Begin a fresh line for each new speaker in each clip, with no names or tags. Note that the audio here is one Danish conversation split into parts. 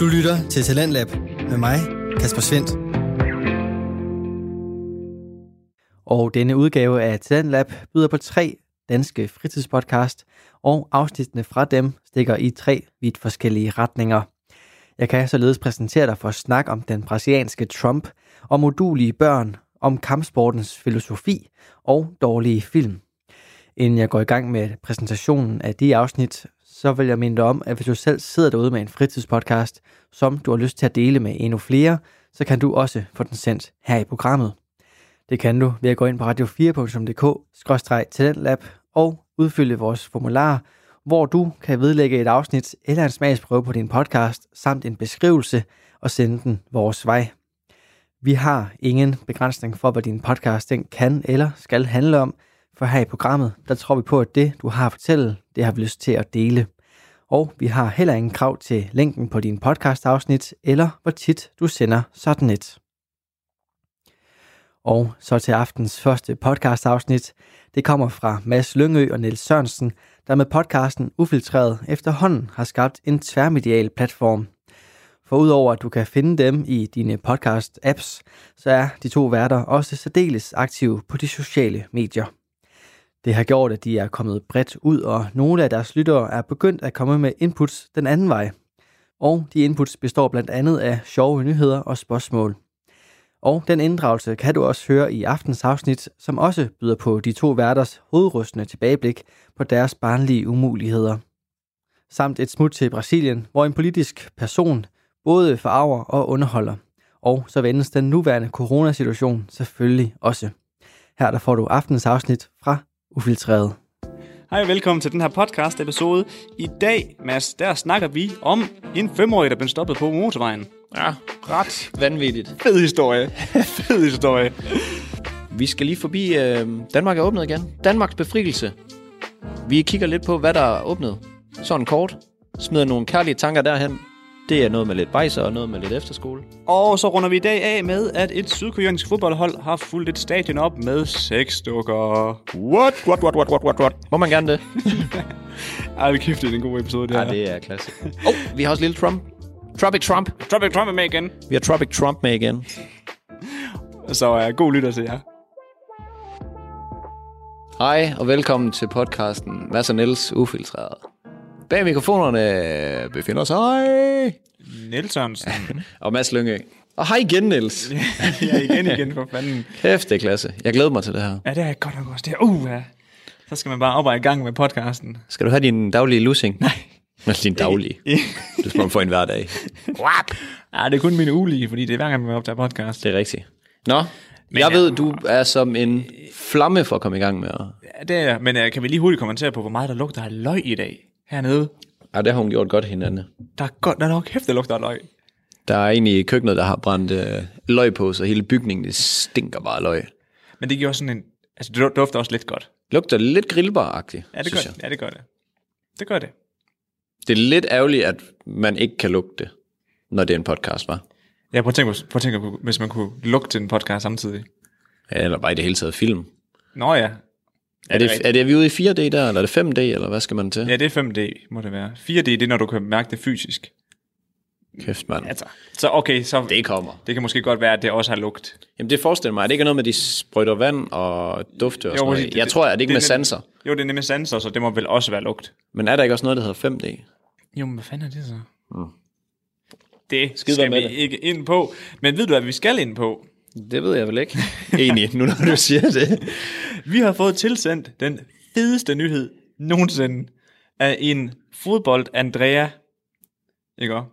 Du lytter til Talentlab med mig, Kasper Svendt.
Og denne udgave af Talentlab byder på tre danske fritidspodcast, og afsnittene fra dem stikker i tre vidt forskellige retninger. Jeg kan således præsentere dig for snak om den brasilianske Trump, om modulige børn, om kampsportens filosofi og dårlige film. Inden jeg går i gang med præsentationen af de afsnit, så vil jeg minde dig om, at hvis du selv sidder derude med en fritidspodcast, som du har lyst til at dele med endnu flere, så kan du også få den sendt her i programmet. Det kan du ved at gå ind på radio4.dk-talentlab og udfylde vores formular, hvor du kan vedlægge et afsnit eller en smagsprøve på din podcast samt en beskrivelse og sende den vores vej. Vi har ingen begrænsning for, hvad din podcast den kan eller skal handle om, for her i programmet, der tror vi på, at det, du har at fortælle, det har vi lyst til at dele. Og vi har heller ingen krav til længden på din podcast-afsnit, eller hvor tit du sender sådan et. Og så til aftens første podcast-afsnit. Det kommer fra Mads Lyngø og Niels Sørensen, der med podcasten Ufiltreret efterhånden har skabt en tværmedial platform. For udover at du kan finde dem i dine podcast-apps, så er de to værter også særdeles aktive på de sociale medier. Det har gjort, at de er kommet bredt ud, og nogle af deres lyttere er begyndt at komme med inputs den anden vej. Og de inputs består blandt andet af sjove nyheder og spørgsmål. Og den inddragelse kan du også høre i aftens afsnit, som også byder på de to værters hovedrystende tilbageblik på deres barnlige umuligheder. Samt et smut til Brasilien, hvor en politisk person både forarver og underholder. Og så vendes den nuværende coronasituation selvfølgelig også. Her der får du aftens afsnit fra Ufiltreret.
Hej og velkommen til den her podcast episode. I dag, Mads, der snakker vi om en femårig, der blev stoppet på motorvejen.
Ja, ret vanvittigt.
Fed historie. Fed historie.
Vi skal lige forbi... Øh, Danmark er åbnet igen. Danmarks befrielse. Vi kigger lidt på, hvad der er åbnet. Sådan kort. Smider nogle kærlige tanker derhen. Det er noget med lidt bajser og noget med lidt efterskole.
Og så runder vi i dag af med, at et sydkoreansk fodboldhold har fulgt et stadion op med seks dukker.
What? What, what, what, what, what, what? Må man gerne det?
Ej, vi kæft, det er en god episode, det
Ja,
her.
det er klasse. Oh, vi har også lille Trump. Tropic Trump.
Tropic Trump er med igen.
Vi har Tropic Trump med igen.
Så uh, god lytter til jer.
Hej og velkommen til podcasten Mads og Niels Ufiltreret. Bag mikrofonerne befinder sig...
Niels Sørensen.
Og Mads Lyngø. Og hej igen, Niels.
ja, igen, igen, for fanden.
Kæft, det er klasse. Jeg glæder mig til det her.
Ja, det er godt nok også. Det er, uh, ja. Så skal man bare op og i gang med podcasten.
Skal du have din daglige lussing? Nej. Altså din daglige. Du skal man få en hver dag.
Ja, det er kun min ulige, fordi det er hver gang, man optager podcast.
Det er rigtigt. Nå, Men jeg ved, du er som en flamme for at komme i gang med. at-
Ja, det er, men uh, kan vi lige hurtigt kommentere på, hvor meget der lugter af løg i dag hernede?
Ja, det har hun gjort godt hinanden.
Der er godt der er nok kæft, der lugter af løg.
Der er en i køkkenet, der har brændt øh, løg på, så hele bygningen det stinker bare af løg.
Men det giver også sådan en... Altså, det dufter også lidt godt.
Lugter lidt grillbar-agtigt,
Ja, det
synes
gør
jeg.
det. Ja, det gør det. Det gør det.
Det er lidt ærgerligt, at man ikke kan lugte det, når det er en podcast, var.
Ja, prøv at tænke, prøv at tænke hvis man kunne lugte en podcast samtidig.
Eller bare i det hele taget film.
Nå ja.
Er, det,
rigtigt?
er, det, er vi ude i 4D der, eller er det 5D, eller hvad skal man til?
Ja, det er 5D, må det være. 4D, det er, når du kan mærke det fysisk.
Kæft, mand.
Altså, så okay, så...
Det kommer.
det kan måske godt være, at det også har lugt.
Jamen det forestiller mig, at det ikke er noget med, at de sprøjter vand og dufte og sådan
præcis,
noget. Jeg tror, at det ikke er med
er nem-
sanser.
Jo, det er nemlig sanser, så det må vel også være lugt.
Men er der ikke også noget, der hedder 5D?
Jo, men hvad fanden er det så? Mm. Det
Skide
skal
være
vi
med det.
ikke ind på. Men ved du, hvad vi skal ind på?
Det ved jeg vel ikke. Egentlig, nu når du siger det.
Vi har fået tilsendt den fedeste nyhed nogensinde af en fodbold Andrea. Ikke også?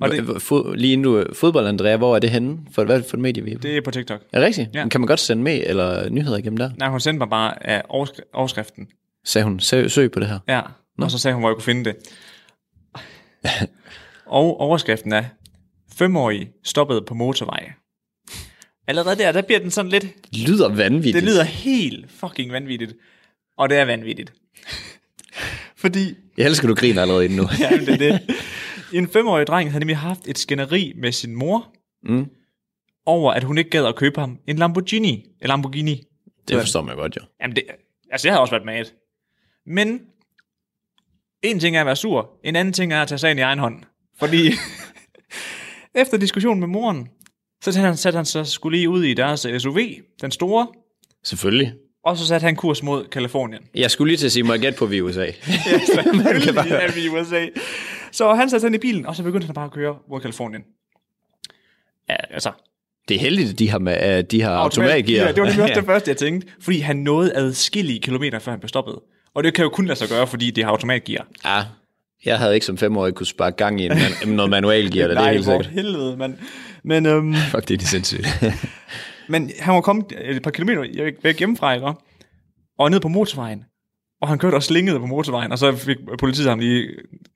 Og det,
Fod, lige inden du... Fodbold, Andrea, hvor er det henne? For, hvad er det for et medie, vi er på?
det er på TikTok.
Er det rigtigt?
Ja.
Ja. Kan man godt sende med eller nyheder igennem der?
Nej, hun sendte mig bare af overskri- overskriften.
Sagde hun, søg, søg på det her.
Ja, og så sagde hun, hvor jeg kunne finde det. og overskriften er, femårig stoppede på motorvej. Allerede der, der bliver den sådan lidt,
Lyder vanvittigt.
det lyder helt fucking vanvittigt. Og det er vanvittigt. Fordi
Jeg elsker, du griner allerede inden nu.
Ja, men det er det. En femårig dreng havde nemlig haft et skænderi med sin mor,
Mm.
over at hun ikke gad at købe ham en Lamborghini. En Lamborghini.
det forstår man godt, jo.
Jamen, det, altså, jeg havde også været mad. Men en ting er at være sur, en anden ting er at tage sagen i egen hånd. Fordi Efter diskussion med moren, så satte han, satte han sig skulle lige ud i deres øh, SUV, den store,
Selvfølgelig.
og så satte han kurs mod Kalifornien.
Jeg skulle lige til at sige, må jeg gætte på, vi er i USA?
Selvfølgelig er vi i USA. Så han satte sig ind i bilen, og så begyndte han bare at køre mod Kalifornien. Ja, altså,
det er heldigt, at de har, med, at de har automatgear.
Ja, det var nemlig også det første, jeg tænkte. Fordi han nåede adskillige kilometer, før han blev stoppet. Og det kan jo kun lade sig gøre, fordi det har automatgear.
ja. Jeg havde ikke som femårig kunne sparke gang i en man, noget manualgear, det er
Nej,
helt
hvor
sikkert.
helvede, mand. Men, øhm,
Fuck, det er de sindssygt.
men han var kommet et par kilometer væk hjemmefra, ikke? Og ned på motorvejen. Og han kørte og slingede på motorvejen, og så fik politiet ham lige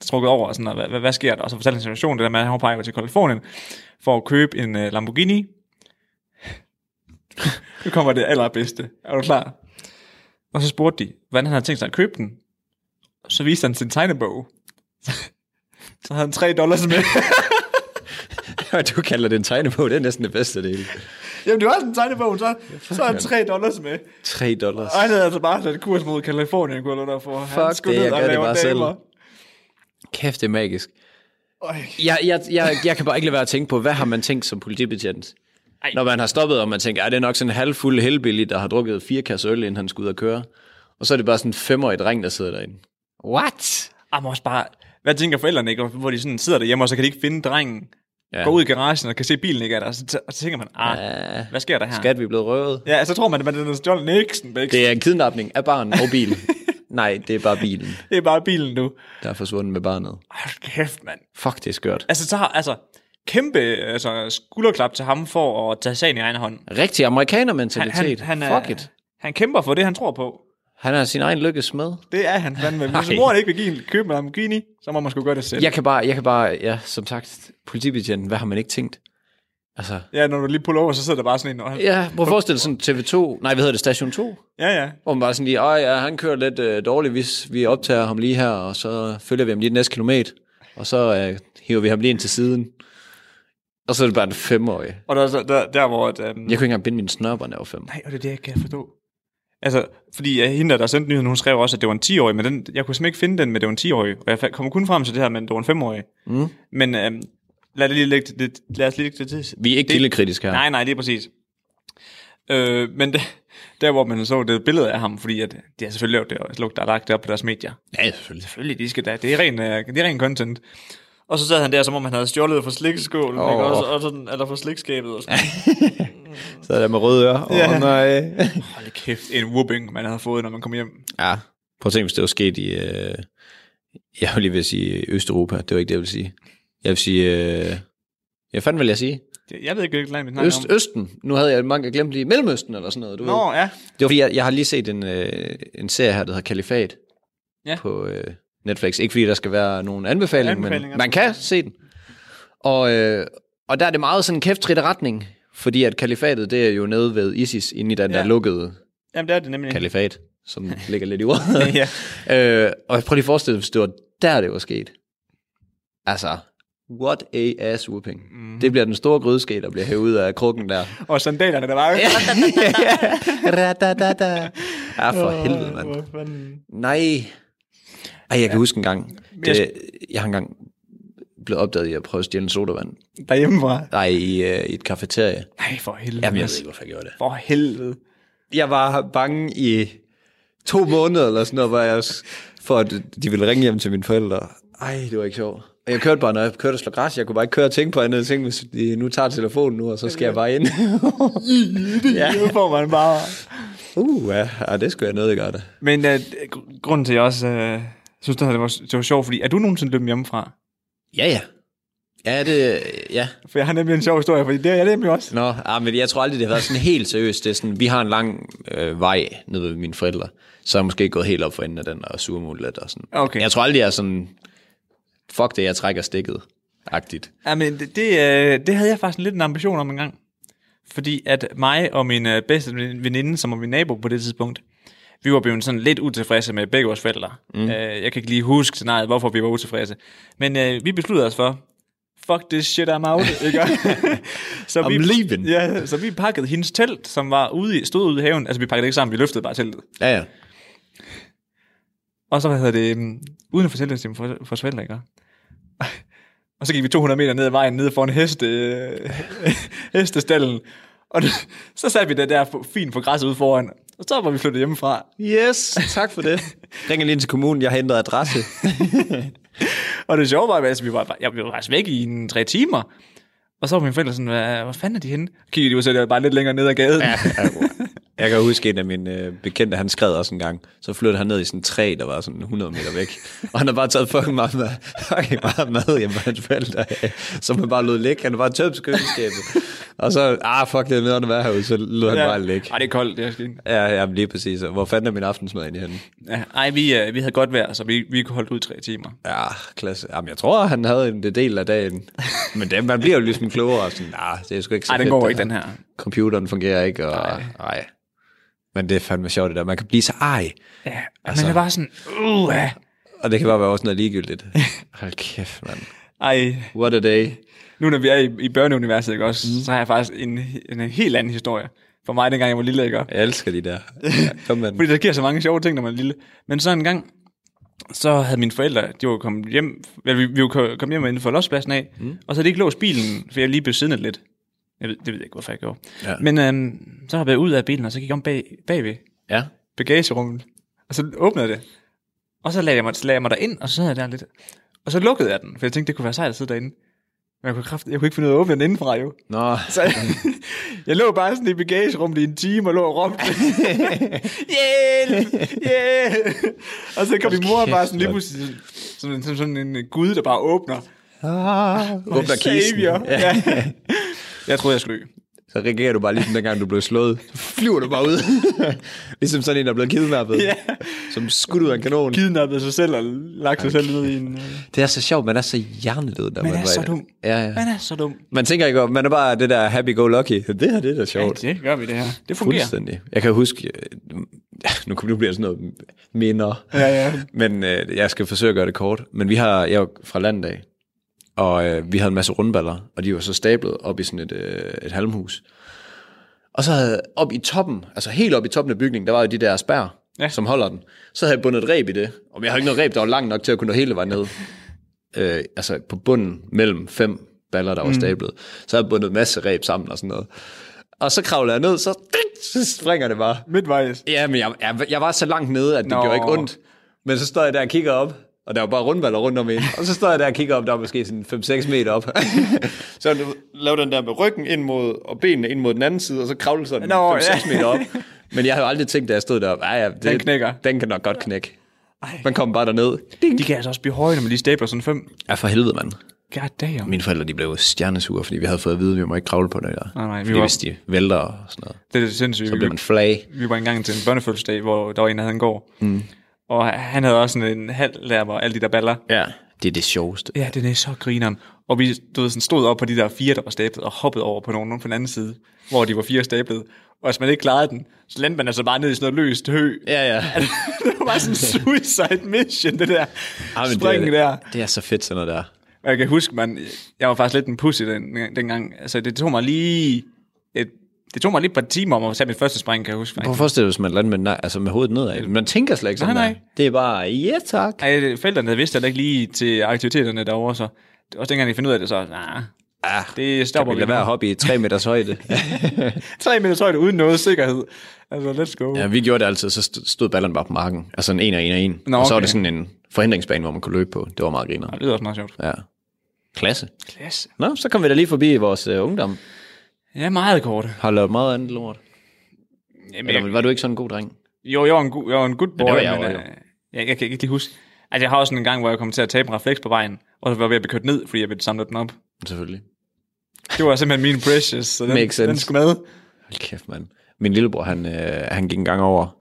trukket over, og sådan, og hvad, hvad, hvad sker der? Og så fortalte han situationen, det der med, at han var på vej til Kalifornien for at købe en uh, Lamborghini. nu kommer det allerbedste. Er du klar? Og så spurgte de, hvordan han havde tænkt sig at købe den. Så viste han sin tegnebog. så havde han 3 dollars med.
du kalder det en tegnebog, det er næsten det bedste del.
Jamen, det var sådan en tegnebog, så, så havde han 3 dollars med.
3 dollars.
Og han havde altså bare sat kurs mod Kalifornien, kunne jeg lade dig for. han
Fuck det, jeg gør det bare Kæft, det er magisk. Jeg, jeg, jeg, jeg kan bare ikke lade være at tænke på, hvad har man tænkt som politibetjent? Ej. Når man har stoppet, og man tænker, at det er nok sådan en halvfuld helbillig, der har drukket fire kasser øl, inden han skulle ud og køre. Og så er det bare sådan en femårig dreng, der sidder derinde. What?
Jeg må også bare... Hvad tænker forældrene, ikke? Hvor de sådan sidder derhjemme, og så kan de ikke finde drengen. Ja.
Ja.
Går ud i garagen og kan se bilen, ikke? er Der, og, så, tæ- og så tænker man, ah,
Ja.
hvad sker der her?
Skat, vi er blevet røvet.
Ja, så tror man, at man er John Nixon, ikke? Det.
Det er en kidnapning af barn og bil. Nej, det er bare bilen,
det er bare bilen, du.
der er forsvundet med barnet.
Hold kæft, mand.
Fuck, det er skørt.
Altså, så har, altså, kæmpe altså, skulderklap til ham for at tage sagen i egen hånd.
Rigtig amerikaner-mentalitet.
han, han, er,
Fuck it.
han kæmper for det, han tror på.
Han har sin egen lykkes med.
Det er han fandme. Hvis
Ej.
moren ikke vil give en købe en Lamborghini, så må man sgu gøre det selv.
Jeg kan bare, jeg kan bare, ja, som sagt, politibetjenten, hvad har man ikke tænkt? Altså,
Ja, når du lige puller over, så sidder der bare sådan en... Og han,
ja, prøv at forestille dig sådan TV2, nej, hvad hedder det, Station 2?
ja, ja.
Hvor man bare sådan lige, ej, ja, han kører lidt øh, dårligt, hvis vi optager ham lige her, og så følger vi ham lige den næste kilometer, og så øh, hiver vi ham lige ind til siden. Og så er det bare en femårig.
Og der, der, der, der hvor... At, øhm,
Jeg kunne ikke engang binde mine snørper, når jeg var fem.
Nej, og det er det, jeg kan forstå. Altså, fordi øh, hende, der, der sendte nyheden, hun skrev også, at det var en 10-årig, men den, jeg kunne simpelthen ikke finde den med, det var en 10-årig. Og jeg fa- kommer kun frem til det her, men det var en 5-årig.
Mm.
Men øhm, lad, det lige lægge det, lad os lige lægge det til.
Vi er ikke
det,
kildekritisk her.
Nej, nej, lige præcis. Øh, men det, der, hvor man så det billede af ham, fordi at, de har selvfølgelig lavet det, og lagt- der er lagt det op på deres medier.
Ja, selvfølgelig.
Selvfølgelig, de skal da. Det er ren, øh, det er ren content. Og så sad han der, som om han havde stjålet fra slikskålen, oh. ikke?
Åh.
Og, så- og sådan, eller fra slikskabet. Og sådan.
Så er der med røde ører. Åh,
Ja.
nej.
Hold kæft, en whooping, man havde fået, når man kom hjem.
Ja, prøv at tænke, hvis det var sket i, øh, jeg vil lige ved at sige Østeuropa, det var ikke det, jeg ville sige. Jeg vil sige, øh, jeg fandt, vil jeg sige?
Jeg, jeg ved ikke, hvilket land vi snakker
Øst,
om.
Østen. Nu havde jeg mange glemt lige Mellemøsten eller sådan noget, du ved.
Nå, ja.
Det var fordi, jeg, jeg har lige set en, øh, en serie her, der hedder Kalifat
Ja.
på øh, Netflix. Ikke fordi der skal være nogen anbefaling, anbefalinger,
Anbefalinger.
men man kan se den. Og, øh, og der er det meget sådan en kæftridt retning, fordi at kalifatet, det er jo nede ved ISIS, inde i den ja.
Ja.
der lukkede
Jamen, det er det nemlig.
kalifat, som ligger lidt i ordet.
ja.
Øh, og prøv lige at forestille dig, hvis det var der, det var sket. Altså, what a ass whooping.
Mhm.
Mm. Det bliver den store grydeske, der bliver hævet ud af krukken der.
Og sandalerne, der var jo.
Ra-da-da-da. ja, for helvede, mand. Nej. Ej, jeg kan huske en gang. Det, jeg har engang blevet opdaget i at prøve at stjæle en sodavand.
Derhjemmefra.
Nej, i, øh, i et kafeterie.
Nej, for helvede.
Jamen, jeg ved ikke, hvorfor jeg gjorde det.
For helvede.
jeg var bange i to måneder eller sådan noget, hvor jeg også, for at de ville ringe hjem til mine forældre. Ej, det var ikke sjovt. Og jeg kørte bare, når jeg kørte og slog græs, jeg kunne bare ikke køre og tænke på andet. Jeg tænkte, hvis de nu tager telefonen nu, og så skal jeg bare ind.
Ja. Det får man bare.
uh, ja, ja, det skulle jeg nødig gøre det.
Men uh, grunden til, at jeg også uh, synes, det her, det var, det var sjovt, fordi er du nogensinde dømt hjemmefra?
Ja, ja. Ja, det, ja.
For jeg har nemlig en sjov historie, fordi det er jeg nemlig også.
Nå, ah, men jeg tror aldrig, det har været sådan helt seriøst. Det er sådan, vi har en lang øh, vej ned ved mine forældre, så er jeg måske gået helt op for enden af den og surmulet lidt og sådan.
Okay.
Jeg tror aldrig, jeg er sådan, fuck det, jeg trækker stikket. Agtigt.
Jamen, det, det, øh, det havde jeg faktisk lidt en ambition om en gang. Fordi at mig og min øh, bedste veninde, som var min nabo på det tidspunkt, vi var blevet sådan lidt utilfredse med begge vores forældre. Mm. Øh, jeg kan ikke lige huske scenariet, hvorfor vi var utilfredse. Men øh, vi besluttede os for, fuck this shit, I'm out. Ikke? så
I'm leaving.
Ja, så vi pakkede hendes telt, som var ude i, stod ude i haven. Altså, vi pakkede det ikke sammen, vi løftede bare teltet.
Ja, ja.
øhm, Og så, hvad hedder det, um, uden at fortælle det til mine for, for forældre, ikke? Og så gik vi 200 meter ned ad vejen, ned foran heste, øh, hestestallen. Og det, så satte vi det der på- fint på græsset ude foran. Og så var vi flyttet hjemmefra.
Yes, tak for det. Ringer lige ind til kommunen, jeg har ændret adresse.
Og det sjove var, at altså, vi var, jeg, vi var faktisk væk i en tre timer. Og så var mine forældre sådan, hvad, hvor fanden er de henne? Og kiggede de ud, så det var bare lidt længere ned ad gaden. Ja.
jeg kan huske en af mine øh, bekendte, han skred også en gang. Så flyttede han ned i sådan en træ, der var sådan 100 meter væk. Og han har bare taget fucking meget mad, fucking meget mad hjemme fra hans forældre, øh, som han bare lod ligge. Han var bare tømt til køleskabet. Og så, ah fuck, det er nederen at være herude, så lod han bare ligge.
Ej, det er koldt, det er sket.
Ja, ja, men lige præcis. Og Hvor fanden er min aftensmad egentlig henne?
Ja, ej, vi, øh, vi havde godt vejr, så vi, vi kunne holde ud i tre timer.
Ja, klasse. Jamen, jeg tror, han havde en del af dagen. Men det, man bliver jo ligesom klogere og sådan, nej, det er sgu ikke så
Ej, den
fedt,
går
det
ikke,
her.
den her.
Computeren fungerer ikke, og nej. Men det er fandme sjovt det der. Man kan blive så ej,
Ja, altså. men det var sådan, uh, ja.
og det kan bare være også noget ligegyldigt. Hold kæft, mand.
Ej,
What a day.
nu når vi er i, i børneuniverset, ikke også, mm. så har jeg faktisk en, en, en helt anden historie. For mig, dengang jeg var lille, ikke?
Jeg elsker de der. Ja, Kom, mand.
Fordi der sker så mange sjove ting, når man er lille. Men så en gang, så havde mine forældre, de var kommet hjem, eller vi, vi var ko- kommet hjem inden for lospladsen af, mm. og så havde de ikke låst bilen, for jeg lige blev siddende lidt. Jeg ved, det ved jeg ikke, hvorfor jeg gjorde.
Ja.
Men øhm, så hoppede jeg ud af bilen, og så gik jeg om bag, bagved
Ja.
bagagerummet, og så åbnede jeg det. Og så lagde jeg mig, lagde jeg mig derind, og så sad jeg der lidt. Og så lukkede jeg den, for jeg tænkte, det kunne være sejt at sidde derinde. Men jeg kunne, kraft, jeg kunne ikke finde ud af at åbne den indenfra, jo.
Nå,
Så jeg, jeg lå bare sådan i bagagerummet i en time og lå og råbte. Hjælp! Hjælp! Og så kom min mor
kæft,
bare sådan lige
mand.
pludselig sådan, sådan, sådan, sådan en øh, gud, der bare åbner.
åbner kisten.
Savior.
Ja.
Ja. Jeg troede, jeg skulle dø.
Så reagerer du bare ligesom dengang, du blev slået. Så flyver du bare ud. ligesom sådan en, der er blevet kidnappet.
Ja.
Som skudt ud af en kanon.
Kidnappede sig selv og lagt sig selv ned i en... øh,
Det er så sjovt, man er så hjernedød, når man,
er
var-
så dum.
Ja, ja.
Man er så dum.
Man tænker ikke over, man er bare det der happy-go-lucky. Det her, det er da
Ja,
sjovt.
det gør vi det her. Det fungerer.
Fuldstændig. Jeg kan huske, øh, nu, kom- nu bliver det sådan noget minder,
Ja, ja.
men øh, jeg skal forsøge at gøre det kort. Men vi har, jeg er jo fra landet og øh, vi havde en masse rundballer, og de var så stablet op i sådan et, øh, et halmhus. Og så havde op i toppen, altså helt op i toppen af bygningen, der var jo de der spær,
Ja.
ja. som holder den. Så havde jeg bundet et reb i det, og jeg havde ikke noget reb, der var langt nok til at kunne nå hele vejen ned. Øh, altså på bunden mellem fem baller, der var stablet. Så havde jeg bundet en masse reb sammen og sådan noget. Og så kravlede jeg ned, så, så springer det bare.
Midtvejs.
Ja, men jeg, jeg, jeg var så langt nede, at det
Nå.
Nå. gjorde ikke ondt. Men så står jeg der og kigger op, og der var bare rundballer rundt om en. Og så står jeg der og kigger op, der var måske sådan 5-6 meter op. så du lavede den der med ryggen ind mod, og benene ind mod den anden side, og så kravlede sådan
Nå,
5-6
ja.
meter op. Men jeg havde aldrig tænkt, da jeg stod deroppe, "Ej, ja, det,
Den knækker."
Den kan nok godt knække. Man kom bare derned. Ding.
De kan altså også blive høje, når man lige stabler sådan fem.
Ja, for helvede, mand.
God damn.
Mine forældre de blev stjernesure, fordi vi havde fået at vide, at vi må ikke kravle på det der.
Nej, nej, vi
fordi
var-
hvis de vælter og sådan noget,
Det er sindssygt.
så bliver man flag.
vi var engang til en børnefødselsdag, hvor der var en, der havde en gård. Mm. Og han havde også sådan en halv lærmer og alle de der baller.
Ja, det er det sjoveste.
Ja, den er så grineren. Og vi du ved, sådan stod op på de der fire, der var stablet, og hoppede over på nogen, nogen på den anden side, hvor de var fire stablet. Og hvis man ikke klarede den, så landte man altså bare ned i sådan noget løst hø.
Ja, ja.
det var bare sådan en suicide mission, det der
Ej, Ah, men
spring
det, er,
der.
Det er så fedt sådan noget der.
Og jeg kan huske, man, jeg var faktisk lidt en pussy den, dengang. Altså, det tog mig lige... Et, det tog mig lige et par timer om at tage mit første spring, kan jeg huske.
Prøv at forestille dig, hvis man lander med, nej, altså med hovedet nedad. Man tænker slet ikke sådan
Nej, nej.
Der. Det er bare, ja tak.
Ej, forældrene havde vidst heller ikke lige til aktiviteterne derovre, så også dengang de finder ud af det, så nah,
Ah,
det stopper
vi
vi
lade være
nu.
at hoppe i tre meters højde.
Tre minutter højde uden noget sikkerhed. Altså, let's go.
ja, vi gjorde det altid, så st- stod ballerne bare på marken. Altså en en og en og en.
Nå,
og så var
okay.
det sådan en forhindringsbane, hvor man kunne løbe på. Det var meget griner.
Det lyder også meget sjovt.
Ja. Klasse.
Klasse.
Nå, så kom vi da lige forbi vores øh, ungdom.
Ja, meget kort.
Har lavet meget andet lort.
Jamen,
Eller
jeg,
var du ikke sådan en god dreng?
jo, jeg var en, gu- jeg var en good boy,
det var jeg
men
også,
øh, jeg, jeg, kan ikke lige huske. Altså, jeg har også en gang, hvor jeg kom til at tabe en refleks på vejen, og så var jeg ved at blive kørt ned, fordi jeg ville samle den op.
Selvfølgelig.
Det var simpelthen min precious, så den,
Makes sense.
den skulle med.
Hold kæft, mand. Min lillebror, han, øh, han gik en gang over.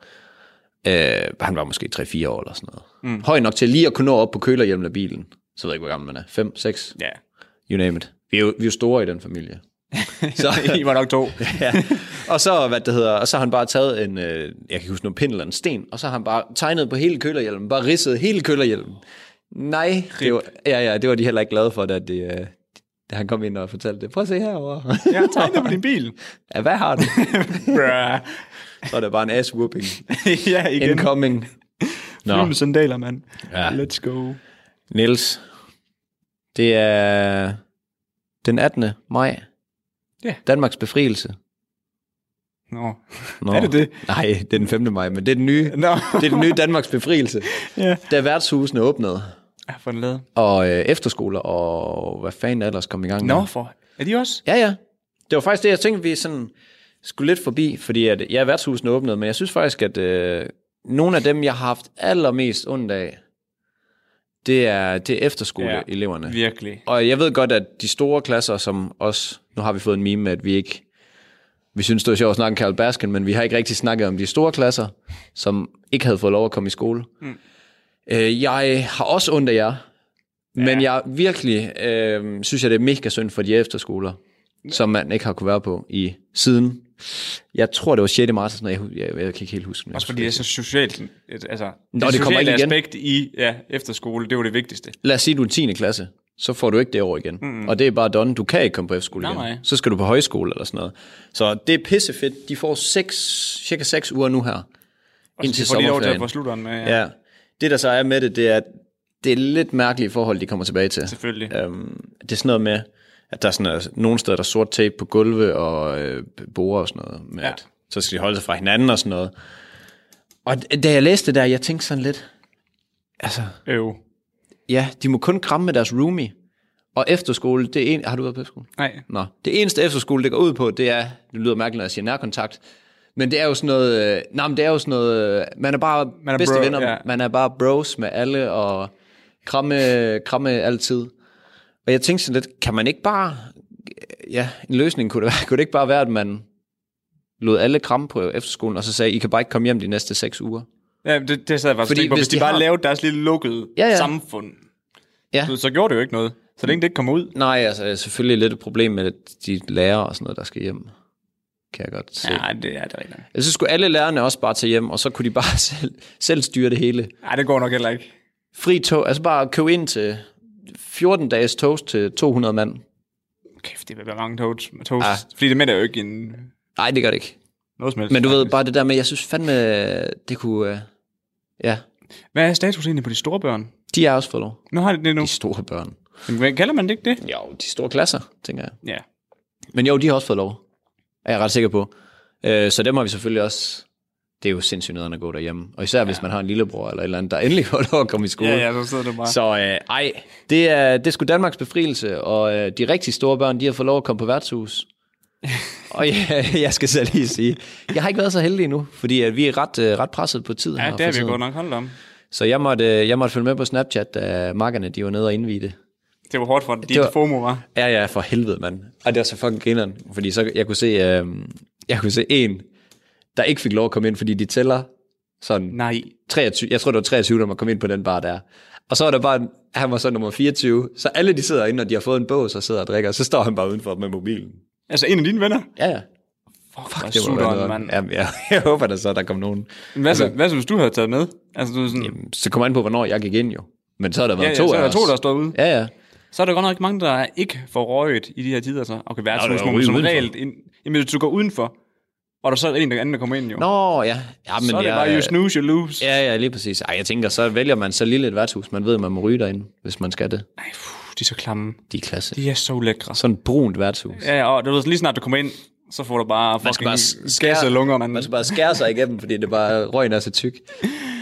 Øh, han var måske 3-4 år eller sådan noget. Mm. Høj nok til lige at kunne nå op på kølerhjelmen af bilen. Så ved jeg ikke, hvor gammel man er. 5, 6,
Ja,
you name it. Vi er jo, vi er jo store i den familie. så,
I var nok to.
ja. Og så, hvad det hedder, og så har han bare taget en, øh, jeg kan ikke huske noget pind eller en sten, og så har han bare tegnet på hele kølerhjelmen, bare ridset hele kølerhjelmen. Nej, det var, ja, ja, det var de heller ikke glade for, da, de, øh, da han kom ind og fortalte det. Prøv at se herover.
Jeg tegnede på din bil.
ja, hvad har du?
Bruh.
så er det bare en ass-whooping.
ja, igen.
Incoming.
Flyvende sandaler, mand.
Ja.
Let's go.
Niels, Det er den 18. maj.
Ja.
Danmarks befrielse.
Nå.
Nå.
Er det det?
Nej, det er den 5. maj, men det er den nye,
Nå.
det er den nye Danmarks befrielse.
Ja.
Da værtshusene åbnede,
Jeg får den lavet.
og øh, efterskoler, og hvad fanden der ellers kom i gang med.
Nå, for. Er de også?
Ja, ja. Det var faktisk det, jeg tænkte, vi sådan skulle lidt forbi, fordi at, ja, værtshusene åbnede, men jeg synes faktisk, at øh, nogle af dem, jeg har haft allermest ondt af, det er, det er efterskoleeleverne. Ja.
Virkelig.
Og jeg ved godt, at de store klasser, som os, nu har vi fået en meme med, at vi ikke, vi synes, det var sjovt at snakke om Carol Baskin, men vi har ikke rigtig snakket om de store klasser, som ikke havde fået lov at komme i skole. Mm. Øh, jeg har også ondt af jer, men jeg virkelig øh, synes, jeg det er mega synd for de efterskoler, som man ikke har kunne være på i siden. Jeg tror, det var 6. marts, eller sådan noget. jeg, jeg, jeg kan ikke helt huske. men jeg
Også
tror,
fordi det er så socialt. et- Altså,
det kommer
sociale
ikke igen.
aspekt i ja, efterskole, det var det vigtigste.
lad os sige, du er 10. klasse, så får du ikke det år igen. Mm. Og det er bare done. Du kan ikke komme på F-skole
Nej,
igen.
nej.
Så skal du på højskole eller sådan noget. Så det er pissefedt. De får 6, cirka 6 uger nu her.
Og
Indtil
så får de lov til at
sommerferien.
få slutteren med. Ja,
Ja. ja. Det, der så er med det, det er, at det er lidt mærkelige forhold, de kommer tilbage til.
selvfølgelig. Ja.
Øhm, det er sådan noget med, at der er sådan noget, nogle steder, der er sort tape på gulve og øh, borer og sådan noget. Med
Ja.
ja. at, så skal de holde sig fra hinanden og sådan noget. Og d- da jeg læste det der, jeg tænkte sådan lidt, altså,
Øv.
ja, de må kun kramme med deres roomie. Og efterskole, det er en, har du været på efterskole?
Nej.
Nå, det eneste efterskole, det går ud på, det er, det lyder mærkeligt, når jeg siger nærkontakt, men det er jo sådan noget, øh, nej, men det er jo sådan noget, øh, man er bare man
er
er bedste
bro,
venner,
ja.
ja. man er bare bros med alle, og kramme, kramme altid. Og jeg tænkte sådan lidt, kan man ikke bare, ja, en løsning kunne det, være, kunne det ikke bare være, at man lod alle kramme på efterskolen, og så sagde, I kan bare ikke komme hjem de næste seks uger.
Ja, det, det sad jeg faktisk
Fordi
fordi, på. Hvis
hvis
de,
de
bare
har-
lavede deres lille lukkede ja,
Ja,
ja.
ja.
samfund,
Ja.
så, så gjorde det jo ikke noget. Så længe det ikke kom ud.
Nej, altså jeg er selvfølgelig lidt et problem med, at de lærer og sådan noget, der skal hjem. Kan jeg godt se.
Ja, det er det er rigtigt.
Altså, så skulle alle lærerne også bare tage hjem, og så kunne de bare selv, selv styre det hele.
Nej, det går nok heller ikke.
Fri tog, altså bare købe ind til 14 dages toast til 200 mand.
Kæft, det vil være mange toast. toast.
Ja.
Fordi det mætter jo ikke en...
Nej, det gør det ikke.
Noget som helst,
Ah. Men du ved
faktisk.
bare det der med, jeg synes fandme, det kunne... øh, Ja,
Hvad er status egentlig på de store børn?
de er også fået lov.
Nu har de det nu.
De store børn.
Men hvad- kalder man det ikke det?
Jo, de store klasser, tænker jeg.
Ja.
Men jo, de har også fået lov. Er jeg ret sikker på. Øh, Så dem har vi selvfølgelig også... Det er jo sindssygt nederen at gå derhjemme. Og især ja. hvis man har en lillebror eller et eller andet, der endelig får lov at komme i skole.
Ja, ja, så sidder du bare. Så.
Så øh, ej, det er, det er sgu Danmarks befrielse, og øh, de rigtig store børn, de har fået lov at komme på værtshus. og ja, jeg skal så lige sige, jeg har ikke været så heldig endnu, fordi at vi er ret, øh, ret presset på tiden.
Ja,
her
det
for
er vi
tiden.
godt nok holdt om.
Så jeg måtte, øh, jeg måtte følge med på Snapchat, da makkerne de var nede og indvide det.
Det var hårdt for dit
Det var-
FOMO, var.
Ja, ja, for helvede, mand. Og det var så fucking grineren, fordi så jeg kunne se, øh, jeg kunne se en, der ikke fik lov at komme ind, fordi de tæller sådan
Nej.
23, jeg tror, det var 23, der må komme ind på den bar der. Og så var der bare, en- han var så nummer 24, så alle de sidder inde, og de har fået en bås og sidder og drikker, og så står han bare udenfor med mobilen.
Altså, en af dine venner?
Ja, ja.
Fuck, Fuck
Det var
sutteren,
noget.
mand.
Jamen, jeg, jeg håber da så, at der kom nogen.
Men Hvad, så, hvad så, hvis du havde taget med? Altså, du er sådan, Jamen,
Så kommer an på, hvornår jeg gik ind jo. Men så har der
ja,
været
ja,
to
så er
af
der to,
os.
der står ude. Ja.
Ja, ja.
Så er der godt nok mange, der ikke får røget i de her tider, så. Okay, værtshus
der
må
er
man
ryge
som
udenfor.
regel ind. Jamen, hvis du går udenfor, og der så er en der anden, der kommer ind, jo.
Nå, ja. ja men
så er det
jeg,
bare, you snooze, you lose.
Ja, ja, lige præcis. Ej, jeg tænker, så vælger man så lille et værtshus. Man ved, at man må ryge derinde, hvis man skal det.
Ej, puh, de er så klamme.
De er klasse.
De er så lækre.
Sådan et brunt værtshus.
Ja, ja, og du ved, lige snart du kommer ind, så får du bare
Man skal
fucking
bare skære-
skæsset lungerne.
Man skal bare skære sig igennem, fordi det bare røgen er så tyk.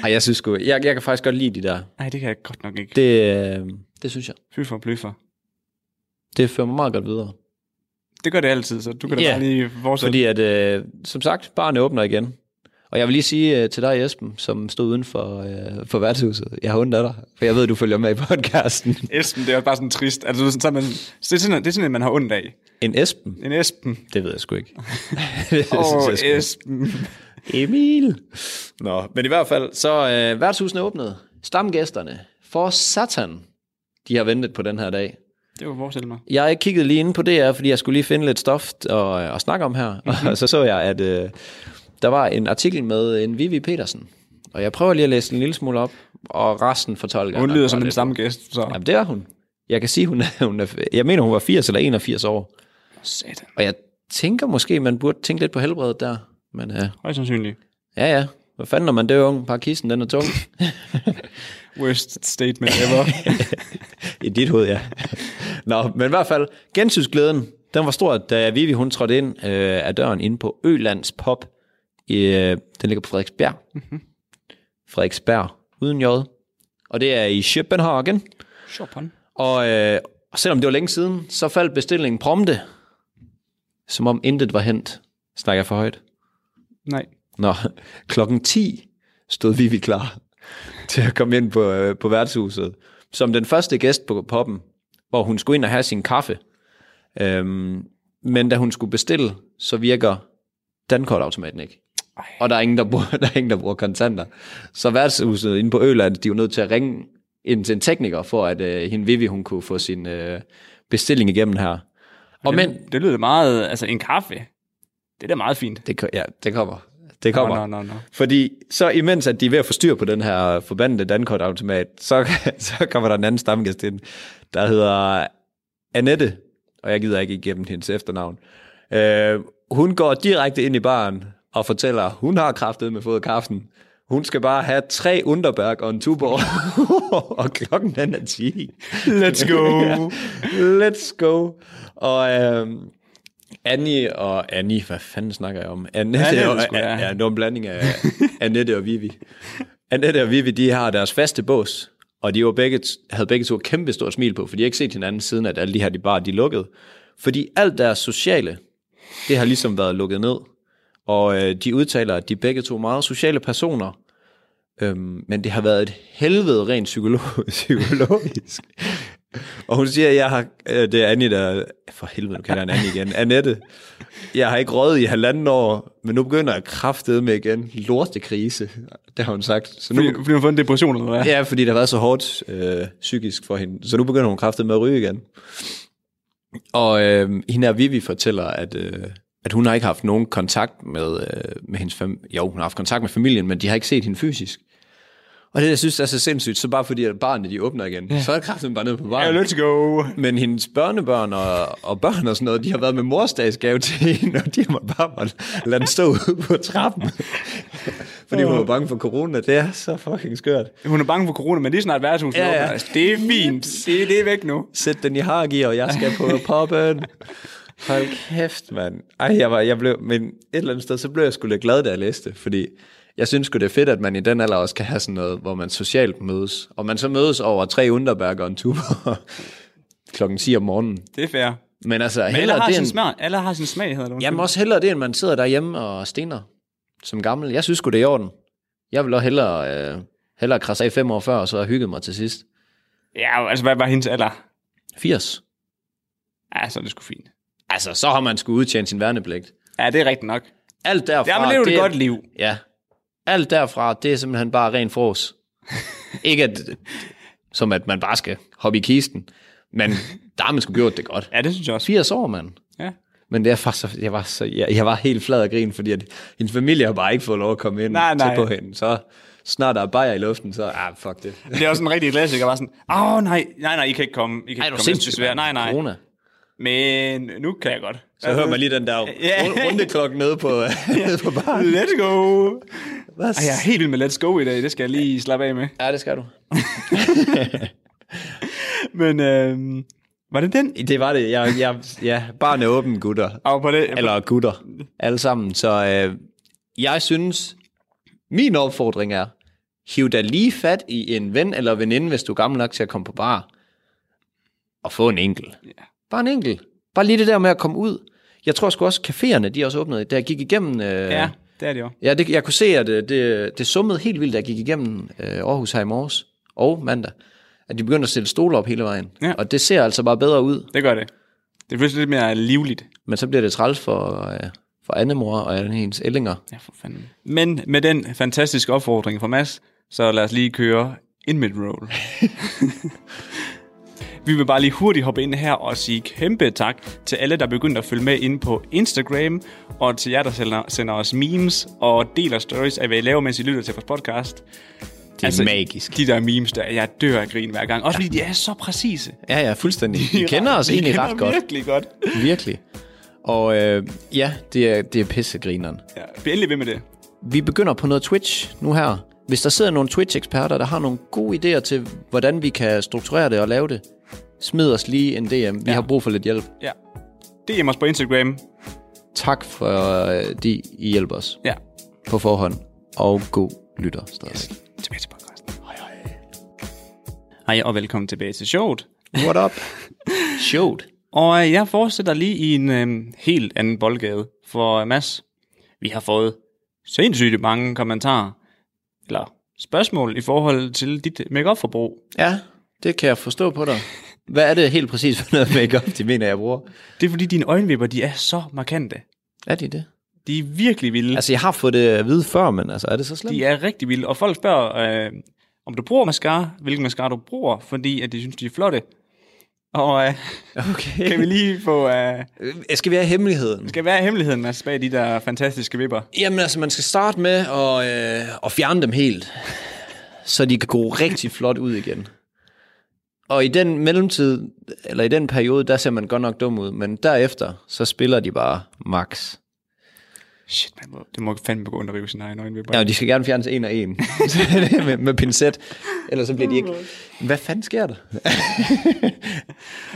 Ej, jeg synes sgu, jeg, jeg kan faktisk godt lide de der.
Nej, det kan jeg godt nok ikke.
Det, øh, det synes jeg.
Fy for bløffer.
Det fører mig meget godt videre.
Det gør det altid, så du kan da
Ja,
bare lige fortsætte.
Fordi at, øh, som sagt, barnet åbner igen. Og jeg vil lige sige øh, til dig, Esben, som stod uden for, øh, for værtshuset, jeg har ondt af dig, for jeg ved, du følger med i podcasten.
Esben, det er også bare sådan trist. Altså, du ved, sådan, så er man, så det, er sådan, det er sådan, at man har ondt af.
En Esben?
En Esben.
Det ved jeg sgu ikke. det
Åh,
synes jeg sgu.
Esben.
Emil! Nå, men i hvert fald, så øh, værtshusene er åbnet. Stamgæsterne, for satan, de har ventet på den her dag.
Det var forestille mig.
Jeg kiggede lige inde på DR, fordi jeg skulle lige finde lidt stof at, at snakke om her.
Mhm.
Mm-hmm. Og så så jeg, at øh, der var en artikel med en Vivi Petersen. Og jeg prøver lige at læse en lille smule op, og resten fortolker
Hun
jeg
lyder
nok
som
bare
en
lidt.
samme gæst, så...
Jamen, det er hun. Jeg kan sige, hun er, hun er, jeg mener, hun var 80 eller 81 år.
Satan.
Og jeg tænker måske, man burde tænke lidt på helbredet der. Men øh,
Højst sandsynligt.
ja, ja. Hvad fanden, når man dør ung? Bare kisten, den er tung.
Worst statement ever.
I dit hoved, ja. Nå, men i hvert fald, gensynsglæden, den var stor, da Vivi hun trådte ind øh, af døren inde på Ølands Pop. I, øh, den ligger på Frederiksberg. Mm-hmm. Frederiksberg, uden J. Og det er i Schöpenhagen.
Chopin.
Og, øh, og selvom det var længe siden, så faldt bestillingen prompte. Som om intet var hent. Snakker jeg for højt?
Nej.
Nå, klokken 10 stod Vivi klar til at komme ind på, øh, på værtshuset. Som den første gæst på poppen, hvor hun skulle ind og have sin kaffe. Øhm, men da hun skulle bestille, så virker dankortautomaten ikke. Og der er, ingen, der, bruger, der er ingen, der bruger kontanter. Så værtshuset inde på Øland, de var nødt til at ringe ind til en tekniker, for at øh, hende Vivi, hun kunne få sin øh, bestilling igennem her. Og men,
Det lyder meget... Altså, en kaffe. Det er da meget fint.
det, ko- ja, det kommer. Det kommer.
Nå, nå, nå, nå.
Fordi så imens, at de er ved at få styr på den her forbandede dankortautomat, så, så kommer der en anden stamgæst ind, der hedder Annette, og jeg gider ikke igennem hendes efternavn. Øh, hun går direkte ind i baren og fortæller, hun har kraftet med fået kaffen. Hun skal bare have tre underberg og en tuborg, og klokken den er 10.
Let's go.
Ja. Let's go. Og øh, Annie og Annie, hvad fanden snakker jeg om? Annette,
Annette,
Annette og,
skulle jeg.
ja, det var en blanding af Annette og Vivi. Annette og Vivi, de har deres faste bås, og de var begge, havde begge to et kæmpe stort smil på, for de har ikke set hinanden siden, at alle de her de bare de er lukket. Fordi alt deres sociale, det har ligesom været lukket ned. Og øh, de udtaler, at de er begge to meget sociale personer, øhm, men det har været et helvede rent psykolo- psykologisk. Og hun siger, jeg har, øh, det er Annie, der, for helvede, nu kalder jeg hende Annie igen, Annette, jeg har ikke røget i halvanden år, men nu begynder jeg kraftet med igen, lortekrise, det har hun sagt. Så nu,
Fordi, fordi hun har fået en depression, eller hvad?
ja, fordi det har været så hårdt øh, psykisk for hende, så nu begynder hun kraftet med at ryge igen. Og øh, hende her Vivi fortæller, at, øh, at hun har ikke haft nogen kontakt med, øh, med hendes fam- Jo, hun har haft kontakt med familien, men de har ikke set hende fysisk. Og det, jeg synes, er så sindssygt, så bare fordi, at barnet de åbner igen, ja. så er kraften bare nede på barnet.
let's go.
Men hendes børnebørn og, og børn og sådan noget, de har været med morsdagsgave til hende, og de har måtte bare måtte lade den stå ude på trappen. Fordi hun var bange for corona. Det er så fucking skørt.
Hun er bange for corona, men lige snart værtshuset
Ja,
ja,
ja.
ja. åbner. Altså, Det er fint. Det, det er væk nu.
Sæt den i hargi, og jeg skal på poppen. Hold kæft, mand. Ej, jeg, var, jeg blev, men et eller andet sted, så blev jeg sgu lidt glad, da jeg læste, det, fordi jeg synes sgu, det er fedt, at man i den alder også kan have sådan noget, hvor man socialt mødes. Og man så mødes over tre underbærker og en tuber klokken 10 om morgenen.
Det er fair.
Men altså,
Men alle
hellere
har,
det
sin
end,
smag, alle har sin smag, hedder det. undskyld.
Jamen også hellere det, end man sidder derhjemme og stener som gammel. Jeg synes sgu, det er i orden. Jeg vil også hellere, øh, hellere krasse af fem år før, og så have hygget mig til sidst.
Ja, altså, hvad var hendes alder?
80.
Ja, så er det sgu fint.
Altså, så har man sgu udtjent sin værnepligt.
Ja, det er rigtigt nok.
Alt derfra...
Ja, men lever det
er-
godt liv.
Ja. Alt derfra, det er simpelthen bare ren frås. Ikke at, som at man bare skal hoppe i kisten, men der har man sgu gjort det godt.
Ja, det synes jeg også.
80 år, mand.
Ja.
Men det er faktisk, jeg var, så, jeg, jeg var helt flad af grin, fordi at hendes familie har bare ikke fået lov at komme ind
Nej, nej.
tæt på hende. Så snart der er bajer i luften, så ah, fuck det.
Men Det er også en rigtig klassiker, bare sådan, åh oh, nej, nej, nej, I kan ikke komme. I kan ikke
Ej, du er
komme
sindssygt.
desværre. Nej, nej.
Corona.
Men nu kan jeg godt.
Så hører man lige den der
Ja.
yeah. rundeklokke nede på, nede på baren.
Let's go.
Hvad?
Ej, jeg er helt vild med let's go i dag. Det skal jeg lige slappe af med.
Ja, det skal du.
Men øhm, var det den?
Det var det. Jeg, jeg, ja, baren er åben, gutter.
Og på det,
Eller gutter. Alle sammen. Så øh, jeg synes, min opfordring er, hiv da lige fat i en ven eller veninde, hvis du er gammel nok til at komme på bar. Og få en enkel. Bare en enkel. Bare lige det der med at komme ud. Jeg tror sgu også, caféerne, de er også åbnet. Da jeg gik igennem... Øh,
ja, det er det jo.
Ja, det, jeg kunne se, at øh, det, det summede helt vildt, da jeg gik igennem øh, Aarhus her i morges og mandag, at de begyndte at stille stole op hele vejen.
Ja.
Og det ser altså bare bedre ud,
Det gør det. Det føles lidt mere livligt.
men så bliver det træls for, øh, for andemor og alle hendes ællinger.
Ja, for fanden. Men med den fantastiske opfordring fra Mads, så lad os lige køre en mid-roll. Vi vil bare lige hurtigt hoppe ind her og sige kæmpe tak til alle, der begyndte at følge med ind på Instagram, og til jer, der sender, sender os memes og deler stories af, hvad I laver, mens I lytter til vores podcast. Altså,
Det er magisk.
De der memes, der jeg dør af grin hver gang. Også fordi de er så præcise.
Ja, ja, fuldstændig. Vi kender os
Vi
egentlig
kender
ret godt,
virkelig godt.
virkelig. Og øh, ja, det er, det er pissegrineren.
Ja, bliv endelig ved med det.
Vi begynder på noget Twitch nu her. Hvis der sidder nogle Twitch-eksperter, der har nogle gode idéer til, hvordan vi kan strukturere det og lave det, Smid os lige en DM. Vi ja. har brug for lidt hjælp.
Ja. DM os på Instagram.
Tak fordi I hjælper os
Ja.
på forhånd. Og god lytter stadig. Yes.
Tilbage til podcasten. Hej, hej. Hej, og velkommen tilbage til showet.
What up? Sjovt.
Og øh, jeg fortsætter lige i en øh, helt anden boldgade for øh, Mads. Vi har fået sindssygt mange kommentarer, eller spørgsmål i forhold til dit makeup forbrug
Ja, det kan jeg forstå på dig. Hvad er det helt præcis for noget makeup, de mener, jeg bruger?
Det er fordi, dine øjenvipper, de er så markante.
Er de det?
De er virkelig vilde. Altså,
Altså, jeg har fået det at vide før, men altså, er det så slemt?
de er rigtig vilde. Og folk spørger, øh, om du bruger mascara, hvilken mascara du bruger, fordi at de synes, de er flotte. Og øh,
Okay.
kan vi lige få... Øh,
Øh, Skal vi have hemmeligheden?
skal være hemmeligheden, Mads, bag de der fantastiske vipper.
Jamen altså, man skal starte med at, øh, at fjerne dem helt, så de kan gå rigtig flot ud igen. Og i den mellemtid, eller i den periode, der ser man godt nok dum ud, men derefter, så spiller de bare max.
Shit, man må, det må fandme gå under at rive sine egne øjenvipper.
Ja, de skal gerne fjernes en og en med, med pincet, ellers så bliver de ikke... Hvad fanden sker der?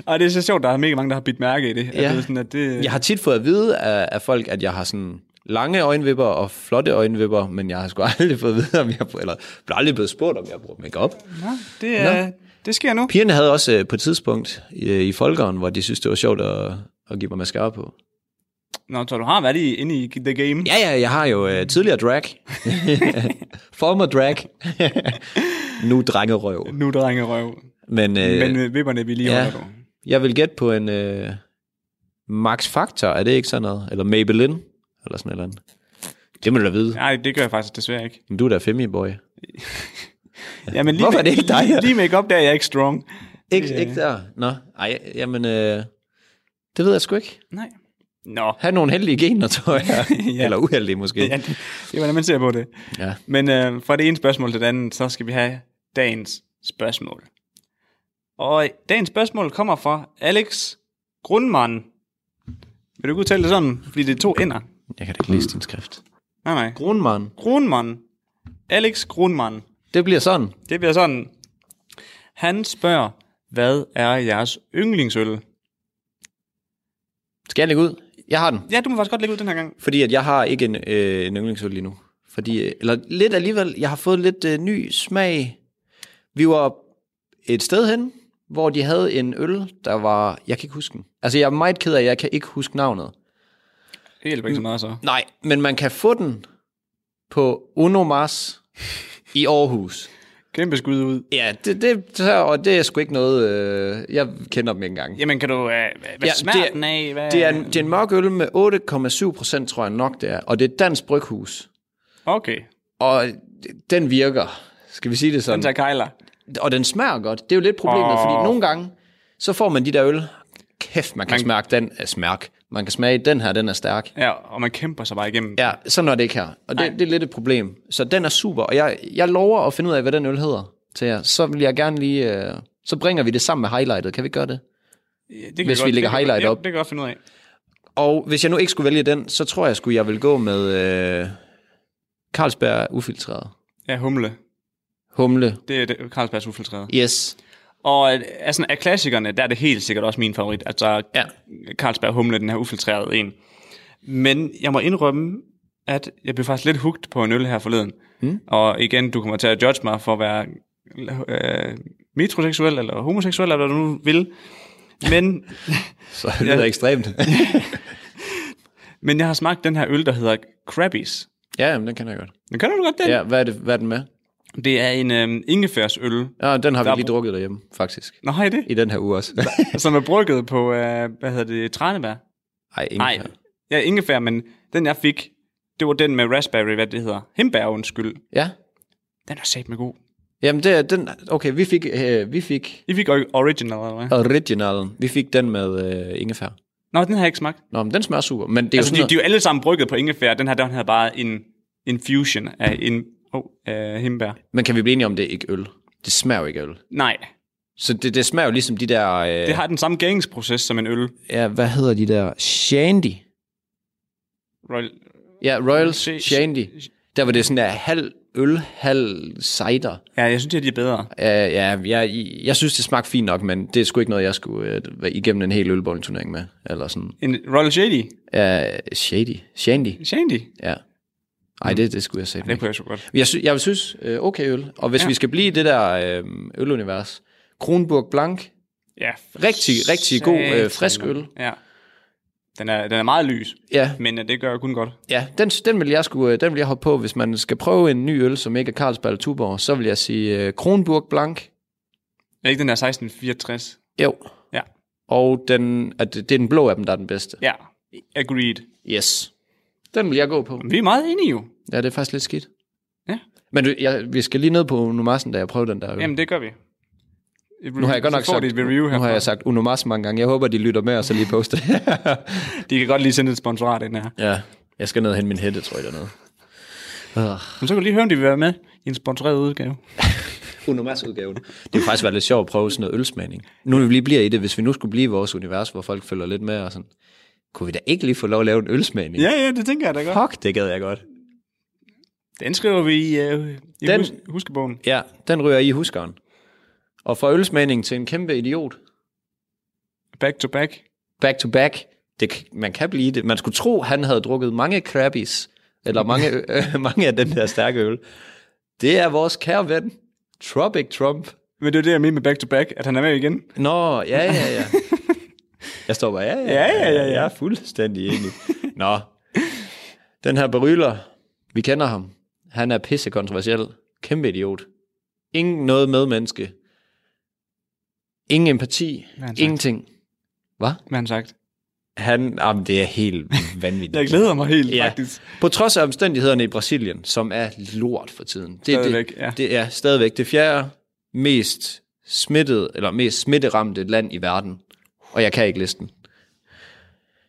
Og det er så sjovt, der er mega mange, der har bidt mærke i det. Ja.
Ja.
At det, er sådan, at det
Jeg har tit fået at vide af, af folk, at jeg har sådan lange øjenvipper og flotte øjenvipper, men jeg har sgu aldrig fået at vide, om jeg bruger, eller blev aldrig blevet spurgt, om jeg bruger makeup.
Nå, det, er, det sker nu.
Pigerne havde også øh, på et tidspunkt øh, i folkeren, hvor de synes, det var sjovt at, at give mig mascara på.
Nå, så du har været i, inde i the game.
Ja, ja, jeg har jo øh, tidligere drag. Former drag. nu drengerøv.
Nu, drengerøv.
Men,
Men
øh, Men
øh, vipperne, vi lige
ja.
holder du.
jeg vil gætte på en øh, Max Factor, er det ikke sådan noget? Eller Maybelline, eller sådan et eller andet. Det må du da vide.
Nej, det gør jeg faktisk desværre ikke.
Men Du er da femi-boy.
Ja, men lige
Hvorfor er det ikke dig?
Lige, lige make up der er jeg ikke strong.
Ikke, ikke der? Nå, ej, jamen, øh, det ved jeg sgu ikke.
Nej. Nå,
Ha' nogle heldige gener, tror jeg.
Ja.
ja. Eller uheldige måske.
ja,
Ja.
det det er, hvordan man ser på det.
ja.
Men øh, fra det ene spørgsmål til det andet, så skal vi have dagens spørgsmål. Og dagens spørgsmål kommer fra Alex Grundmann. Vil du ikke udtale det sådan? Fordi det er to ender.
Jeg kan da ikke læse din skrift.
Nej, nej.
Grundmann.
Grundmann. Alex Grundmann.
Det bliver sådan.
Det bliver sådan. Han spørger, hvad er jeres yndlingsøl?
Skal jeg lægge ud? Jeg har den.
Ja, du må faktisk godt lægge ud den her gang.
Fordi at jeg har ikke en, øh, en yndlingsøl lige nu. Fordi, øh, eller lidt alligevel, jeg har fået lidt øh, ny smag. Vi var et sted hen, hvor de havde en øl, der var... Jeg kan ikke huske den. Altså, jeg er meget ked af, at jeg kan ikke huske navnet.
Det hjælper ikke så meget så.
Nej, men man kan få den på Uno Mars i Aarhus.
Kæmpe skud ud.
Ja, det, det, så- og det er sgu ikke noget... Øh, jeg kender dem ikke engang.
Jamen, kan du... Øh, hvad ja,
Ja,
smager
det er-
den af? Hvad?
Det er, en, det er en mørk øl med 8,7 procent, tror jeg nok det er. Og det er et dansk bryghus.
Okay,
Og den virker, skal vi sige det
den tager
sådan.
kejler.
Og den smager godt. Det er jo lidt problemet, oh.
Åh.
fordi nogle gange, så får man de der øl. Kæft, man kan man... smage den er smærk. Man kan smage den her, den er stærk.
Ja, og man kæmper sig bare igennem.
Ja, sådan er det ikke her. Og det, det er lidt et problem. Så den er super. Og jeg, jeg lover at finde ud af, hvad den øl hedder til jer. Så vil jeg gerne lige... Øh, så bringer vi det sammen med highlightet. Kan vi gøre det?
det kan
hvis
godt-
vi lægger
det kan-
highlight
ja,
op.
Det kan jeg godt finde ud af.
Og hvis jeg nu ikke skulle vælge den, så tror jeg sgu, jeg vil gå med øh, Carlsberg Ufiltreret.
Ja, humle.
Humle.
Det er det, Carlsbergs ufiltreret.
Yes.
Og øh, altså, af klassikerne, der er det helt sikkert også min favorit. Altså,
Ja.
Carlsberg humle, den her ufiltrerede en. Men jeg må indrømme, at jeg blev faktisk lidt hugt på en øl her forleden. Mm. Og igen, du kommer til at judge mig for at være øh, metroseksuel eller homoseksuel, eller hvad du nu vil. Men,
Så det lyder
Ja.
ekstremt.
men jeg har smagt den her øl, der hedder Krabbies.
ja, jamen, den kender jeg godt.
Men kan du godt den?
Ja, hvad er, det, hvad er den med?
Det er en øh, ingefærsøl.
Ja, den har
Der er
vi lige drukket derhjemme, faktisk.
Nå, har I det?
I den her uge også.
Som er brygget på, øh, hvad hedder det, tranebær?
Ej, ingen
Nej, ja, ingefær, men den jeg fik, det var den med raspberry, hvad det hedder. Himbær, undskyld.
Ja.
Den er sat med god.
Jamen, det er den... Okay, vi fik, øh, vi fik
I fik ori- original, eller hvad?
originalen. Vi fik den med øh, ingefær.
Nå, den har jeg ikke smagt.
Nå, men den smager super. Men det er
Altså,
jo
de,
sådan
de er jo alle sammen brygget på ingefær. Den her, den havde bare en, en fusion af en oh, uh, himbær.
noget... Men kan vi blive enige om, det er ikke øl? Det smager jo ikke af øl.
Nej,
Så det, det smager jo ligesom de der... Øh,
det har den samme gæringsproces som en øl.
ja, hvad hedder de der? Shandy.
Royal.
Ja, Royal
Se-
Shandy. Der var det sådan der halv øl, halv cider.
Ja, jeg synes, at de er bedre.
Uh, ja, jeg, jeg synes, det smagte fint nok, men det er sgu ikke noget, jeg skulle uh, igennem en hel ølbowlingturnering med. Eller sådan.
En Royal Shady.
Uh, shady. Shandy.
Shandy.
Ja. Ej, det, det skulle jeg sætte
Det kunne jeg så godt.
Jeg, sy- jeg vil synes, øh, okay øl. Og hvis
Ja.
ja. vi skal blive i det der øh, ølunivers, Kronburg Blanc,
Ja.
rigtig, rigtig god øh,
Satan.
frisk øl.
Ja. Den er, den er meget lys,
Ja,
men øh, det gør kun godt.
ja den, den, vil jeg skulle, øh, den vil jeg hoppe på. Hvis man skal prøve en ny øl, som ikke er Carlsberg eller Tuborg, så vil jeg sige øh, Kronburg Blanc.
Er ikke den der 1664?
Jo.
Ja.
Og den, at det, det er den blå af dem, der er den bedste.
Ja. Agreed.
Yes. Den vil jeg gå på.
Vi er meget enige jo.
Ja, det er faktisk lidt skidt.
Ja.
Men du, jeg, vi skal lige ned på Numassen, da jeg prøver den der øl.
Jamen, det gør vi.
nu har jeg godt nok
så får
sagt,
de et review her.
nu har jeg sagt Unomas mange gange. Jeg håber, de lytter med og så lige poster det.
De kan godt lige sende et sponsorat ind her.
Ja, jeg skal ned og hente min hætte, tror jeg, dernede. Ah.
Men så kan du lige høre, om de vil være med i en sponsoreret udgave.
Unomas-udgaven. Det ville faktisk være lidt sjovt at prøve sådan noget ølsmagning. Nu når vi lige bliver i det, hvis vi nu skulle blive i vores univers, hvor folk følger lidt med og sådan, kunne vi da ikke lige få lov at lave en ølsmagning?
Ja, ja, det tænker jeg da godt.
Fuck, det gad jeg godt.
Den skriver vi i, øh, i
Den-
den... hus- huskebogen.
Ja, den ryger i huskeren. Og fra ølsmagning til en kæmpe idiot,
Back to back.
back to back, det, k- man kan blive det. Man skulle tro, han havde drukket mange crabbies, eller mange, øh, mange af den der stærke øl. Det er vores kære ven, Tropic Trump.
Men det er det, jeg mener med back to back, at han er med igen.
Nå, ja, ja, ja. Jeg står bare, ja, ja,
ja, ja, ja.
Jeg er fuldstændig enig. Nå. Den her Beryler, vi kender ham. Han er pissekontroversiel. Kæmpe idiot. Ingen noget medmenneske. Ingen empati.
Hvad har han sagt?
Ingenting. Hvad?
Hvad har han sagt?
Han, jamen, det er helt vanvittigt.
Jeg glæder mig helt,
Ja.
ja. faktisk.
På trods af omstændighederne i Brasilien, som er lort for tiden. Det,
Stadigvæk,
det,
ja.
det er stadigvæk det fjerde mest smittet, eller mest smitteramte land i verden. Og jeg kan ikke listen.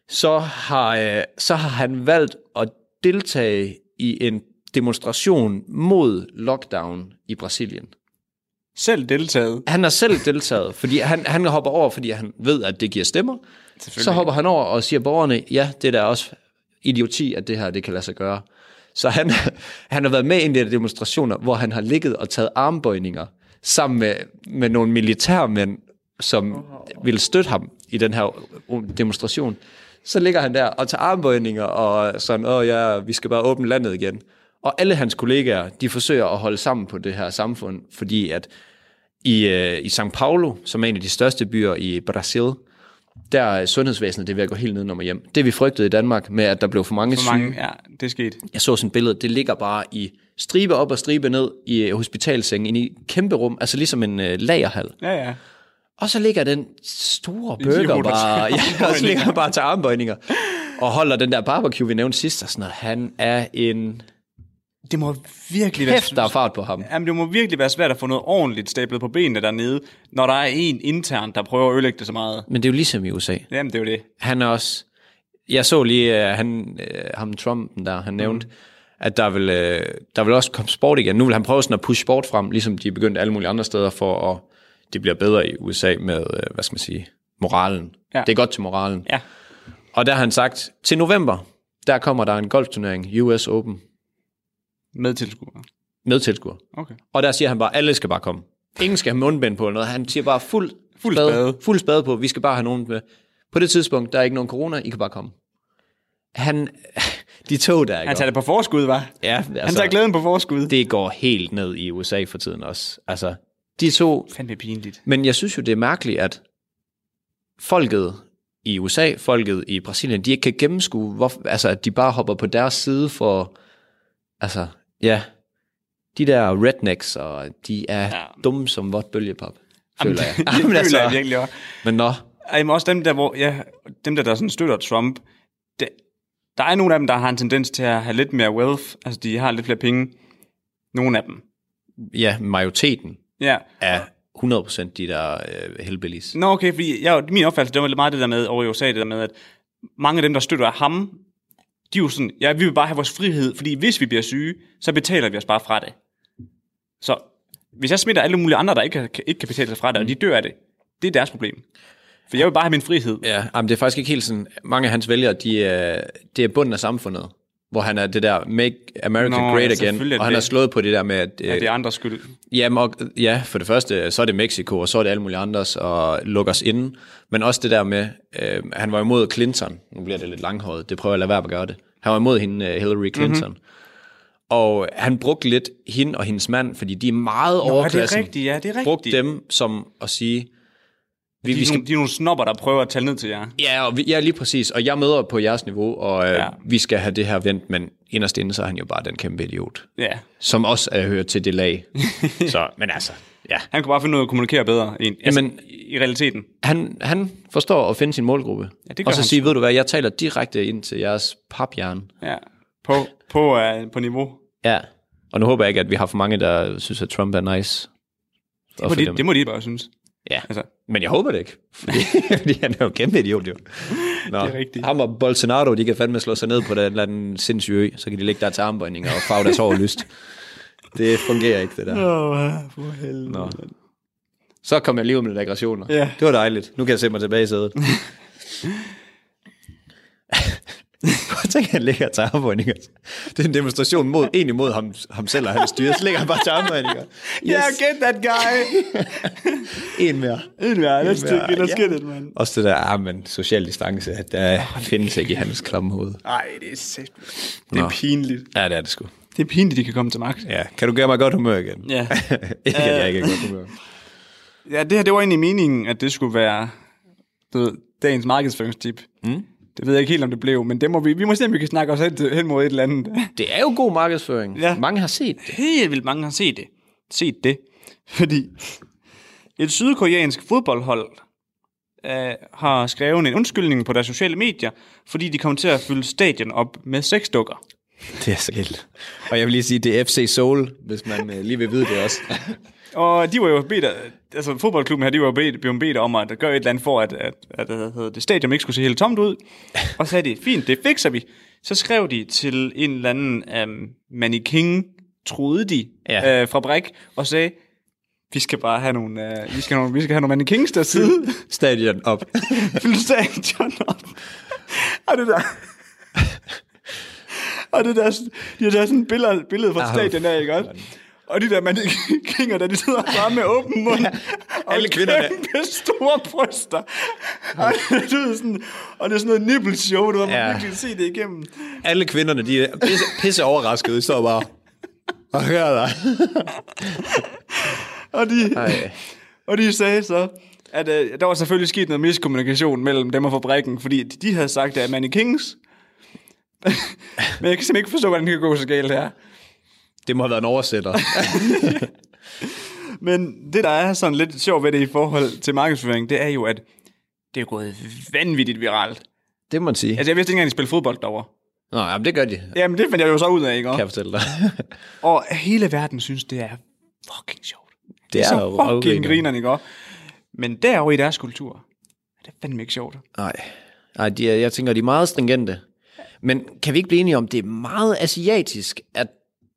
Så har, øh, så har han valgt at deltage i en demonstration mod lockdown i Brasilien.
Selv deltaget.
Han har selv deltaget, fordi han, han hopper over, fordi han ved, at det giver stemmer. Så hopper han over og siger borgerne, ja, det er da også idioti, at det her det kan lade sig gøre. Så han, han har været med i en af de demonstrationer, hvor han har ligget og taget armbøjninger sammen med, med nogle militærmænd, som ville støtte ham i den her demonstration. Så ligger han der og tager armbøjninger og sådan, åh ja, vi skal bare åbne landet igen. Og alle hans kollegaer, de forsøger at holde sammen på det her samfund, fordi at i, øh, i São Paulo, som er en af de største byer i Brasil, der er sundhedsvæsenet det er ved at gå helt nedenom og hjem. Det vi frygtede i Danmark med, at der blev for mange,
For
syge.
mange, ja, det er sket.
Jeg så sådan et billede, det ligger bare i stribe op og stribe ned i hospitalsengen, inde i et kæmpe rum, altså ligesom en øh, lagerhal.
Ja, ja.
Og så ligger den store
Idiot,
burger
der tager
bare, ja, og så ligger han bare til armbøjninger, og holder den der barbecue, vi nævnte sidst, og sådan noget. Han er en
Det må virkelig være...
kæft, der er fart på ham.
Jamen, det må virkelig være svært at få noget ordentligt stablet på benene dernede, når der er en intern, der prøver at ødelægge det så meget.
Men det er jo ligesom i USA.
Jamen, det er jo det.
han er også... Jeg så lige, uh, han, uh, ham Trumpen der, han nævnte, mm. at der vil, uh, der vil også komme sport igen. Nu vil han prøve sådan at pushe sport frem, ligesom de er begyndt alle mulige andre steder for at... Det bliver bedre i USA med, uh, hvad skal man sige, moralen.
Ja.
Ja. Det er godt til moralen.
Ja.
Og der har han sagt, til november, der kommer der en golfturnering, US Open,
Med tilskuere.
med tilskuer.
Okay.
Og der siger han bare, alle skal bare komme. Ingen skal have mundbind på eller noget. Han siger bare fuld,
Fuld
fuld spade,
spade.
Fuld spade på. Vi skal bare have nogen med. På det tidspunkt, der er ikke nogen corona. I kan bare komme. Han, de tog der, ikke?
Han tager det på forskud, var.
ja, altså,
Han tager glæden på forskud. Det
Det går helt ned i USA for tiden også. Altså, de to.
er fandme pinligt.
Men jeg synes jo, det er mærkeligt, at folket i USA, folket i Brasilien, de ikke kan gennemskue, hvor, altså, at de bare hopper på deres side for, altså, ja, de der rednecks, og de er
Ja. altså.
ja. dumme som vådt bølgepap, føler jeg. altså-
det føler jeg virkelig også.
Men nå,
Ej, men også dem der, hvor, ja, dem der, der sådan støtter Trump, det, der er nogle af dem, der har en tendens til at have lidt mere wealth, altså de har lidt flere penge. Nogle af dem.
ja, majoriteten
Ja.
er 100% de der øh, hellbillies.
Nå, okay, fordi jeg, min opfattelse, det var lidt meget det der med over i USA, det der med, at mange af dem, der støtter ham, de er jo sådan, ja, vi vil bare have vores frihed, fordi hvis vi bliver syge, så betaler vi os bare fra det. Så hvis jeg smitter alle mulige andre, der ikke, kan- ikke kan betale sig fra det, og de
Mm.
dør af det, det er deres problem. For jeg vil bare have min frihed.
Ja, jamen, det er faktisk ikke helt sådan, mange af hans vælgere, de, er- det er bunden af samfundet. hvor han er det der Make America
Nå,
Great
ja,
Again,
selvfølgelig er
og han
det-
har slået på det der med, at...
Ja,
Øh,
det er andres skyld.
Jamen, og, ja, for det første, øh, så er det Mexico, og så er det alle mulige andres, og lukker os inde. Men også det der med, øh, han var imod Clinton. Nu bliver det lidt langhåret, det prøver jeg at lade være med at gøre det. Han var imod hende, øh,
Mhm.
Hillary Clinton. Mm-hmm. Og han brugte lidt hende og hendes mand, fordi de er meget
Nå, er det
overklassen.
rigtigt? Ja, det er
Brugte
rigtigt.
dem som at sige, vi,
De,
vi
er
skal
nogle, de er nogle snobber, der prøver at tale ned til jer.
Ja, og vi, ja, lige præcis. Og jeg møder på jeres niveau, og øh,
Ja.
ja. vi skal have det her vendt, men inderst inde, så er han jo bare den kæmpe idiot.
Ja.
Som også er hørt til det lag. så, men altså, ja.
Han kunne bare finde ud af at kommunikere bedre en, altså,
Jamen-
i i realiteten.
Han, han forstår at finde sin målgruppe.
Ja, det gør
og så
han
sige, ved du hvad, jeg taler direkte ind til jeres paphjerne.
Ja. På, på, uh, på niveau.
Ja. Og nu håber jeg ikke, at vi har for mange, der synes, at Trump er nice.
Det må, de, det må de bare synes.
Ja.
Altså,
Men jeg håber det ikke, fordi, fordi han er jo en kæmpe idiot, jo. Nå,
Det er rigtigt.
Ham og Bolsonaro, de kan fandme slå sig ned på den eller anden sindssyge ø, så kan de ligge der til armbøjninger og farve deres hår lyst. Det fungerer ikke, det der.
Åh, for helvede.
Nå. Så kom jeg lige ud med lidt aggressioner.
Ja.
Det var dejligt. Nu kan jeg se mig tilbage i sædet. Prøv at han ligger til armbøjninger. Det er en demonstration mod, egentlig mod ham, ham selv og hans styre. Så ligger han bare til armbøjninger. Yes,
Yeah, get that guy.
en mere.
En mere, let's,
En mere,
take it, let's
ja.
get it, man.
Også det der, ah, men social distance, at der findes ikke i hans klamme hoved.
Ej, det er sæt. Det er
Nå.
pinligt.
Ja, det er det sgu.
Det er pinligt, de kan komme til magt.
Ja. Kan du gøre mig godt humør igen?
Ja.
ikke, at jeg ikke er i godt humør.
ja, det her, det var egentlig meningen, at det skulle være du ved, dagens markedsføringstip. Mm. Det ved jeg ikke helt, om det blev, men det må vi, vi må se, om vi kan snakke os hen, til- hen mod et eller andet.
Det er jo god markedsføring.
Ja.
Mange har set det.
Helt vildt mange har set det. Set det. Fordi et sydkoreansk fodboldhold øh, har skrevet en undskyldning på deres sociale medier, fordi de kom til at fylde stadion op med sexdukker.
Det er så gældt. Og jeg vil lige sige, det er FC Soul, hvis man øh, lige vil vide det også.
Og de var jo bedt, altså fodboldklubben her, de var jo bedt, blevet bedt om at gøre et eller andet for, at, at, at, at, at det stadion ikke skulle se helt tomt ud. Og så sagde de, fint, det fikser vi. Så skrev de til en eller anden um, mannequin, troede de, ja.
Ja.
øh, fra Brik, og sagde, vi skal bare have nogle, øh, vi skal have nogle, vi skal have nogle mannequins der side,
Stadion op.
fylde stadion op. og det der... og det der, de har taget sådan et billede, billede fra
Ah,
stadion der, ikke også?
for fanden.
Og de der mannekinger, der de sidder bare med åben mund. og
alle kvinderne.
Kæmpe store bryster. Og, det er sådan, og det er sådan noget nippelshow, du har ja.
Ja.
virkelig se det igennem.
Alle kvinderne, de er pisse, pisse overraskede. De står bare og hører dig.
Og de,
Ej.
og de sagde så, at øh, der var selvfølgelig sket noget miskommunikation mellem dem og fabrikken, fordi de havde sagt, at mannequins... Men jeg kan simpelthen ikke forstå, hvordan det kan gå så galt her.
Det må have været en oversætter.
Men det, der er sådan lidt sjovt ved det i forhold til markedsføring, det er jo, at det er gået vanvittigt viralt.
Det må man sige.
Altså, jeg vidste ikke engang, at de spillede fodbold derovre.
Nå, jamen, det gør de, kan
Jamen, det fandt jeg jo så ud af, ikke?
jeg fortælle dig.
Og hele verden synes, det er fucking sjovt. Det, det er,
jo
så fucking
røvgrineren.
grinerne, ikke? Men derovre i deres kultur, er det fandme ikke sjovt.
Nej, Nej de er, jeg tænker, de er meget stringente. Men kan vi ikke blive enige om, det er meget asiatisk, at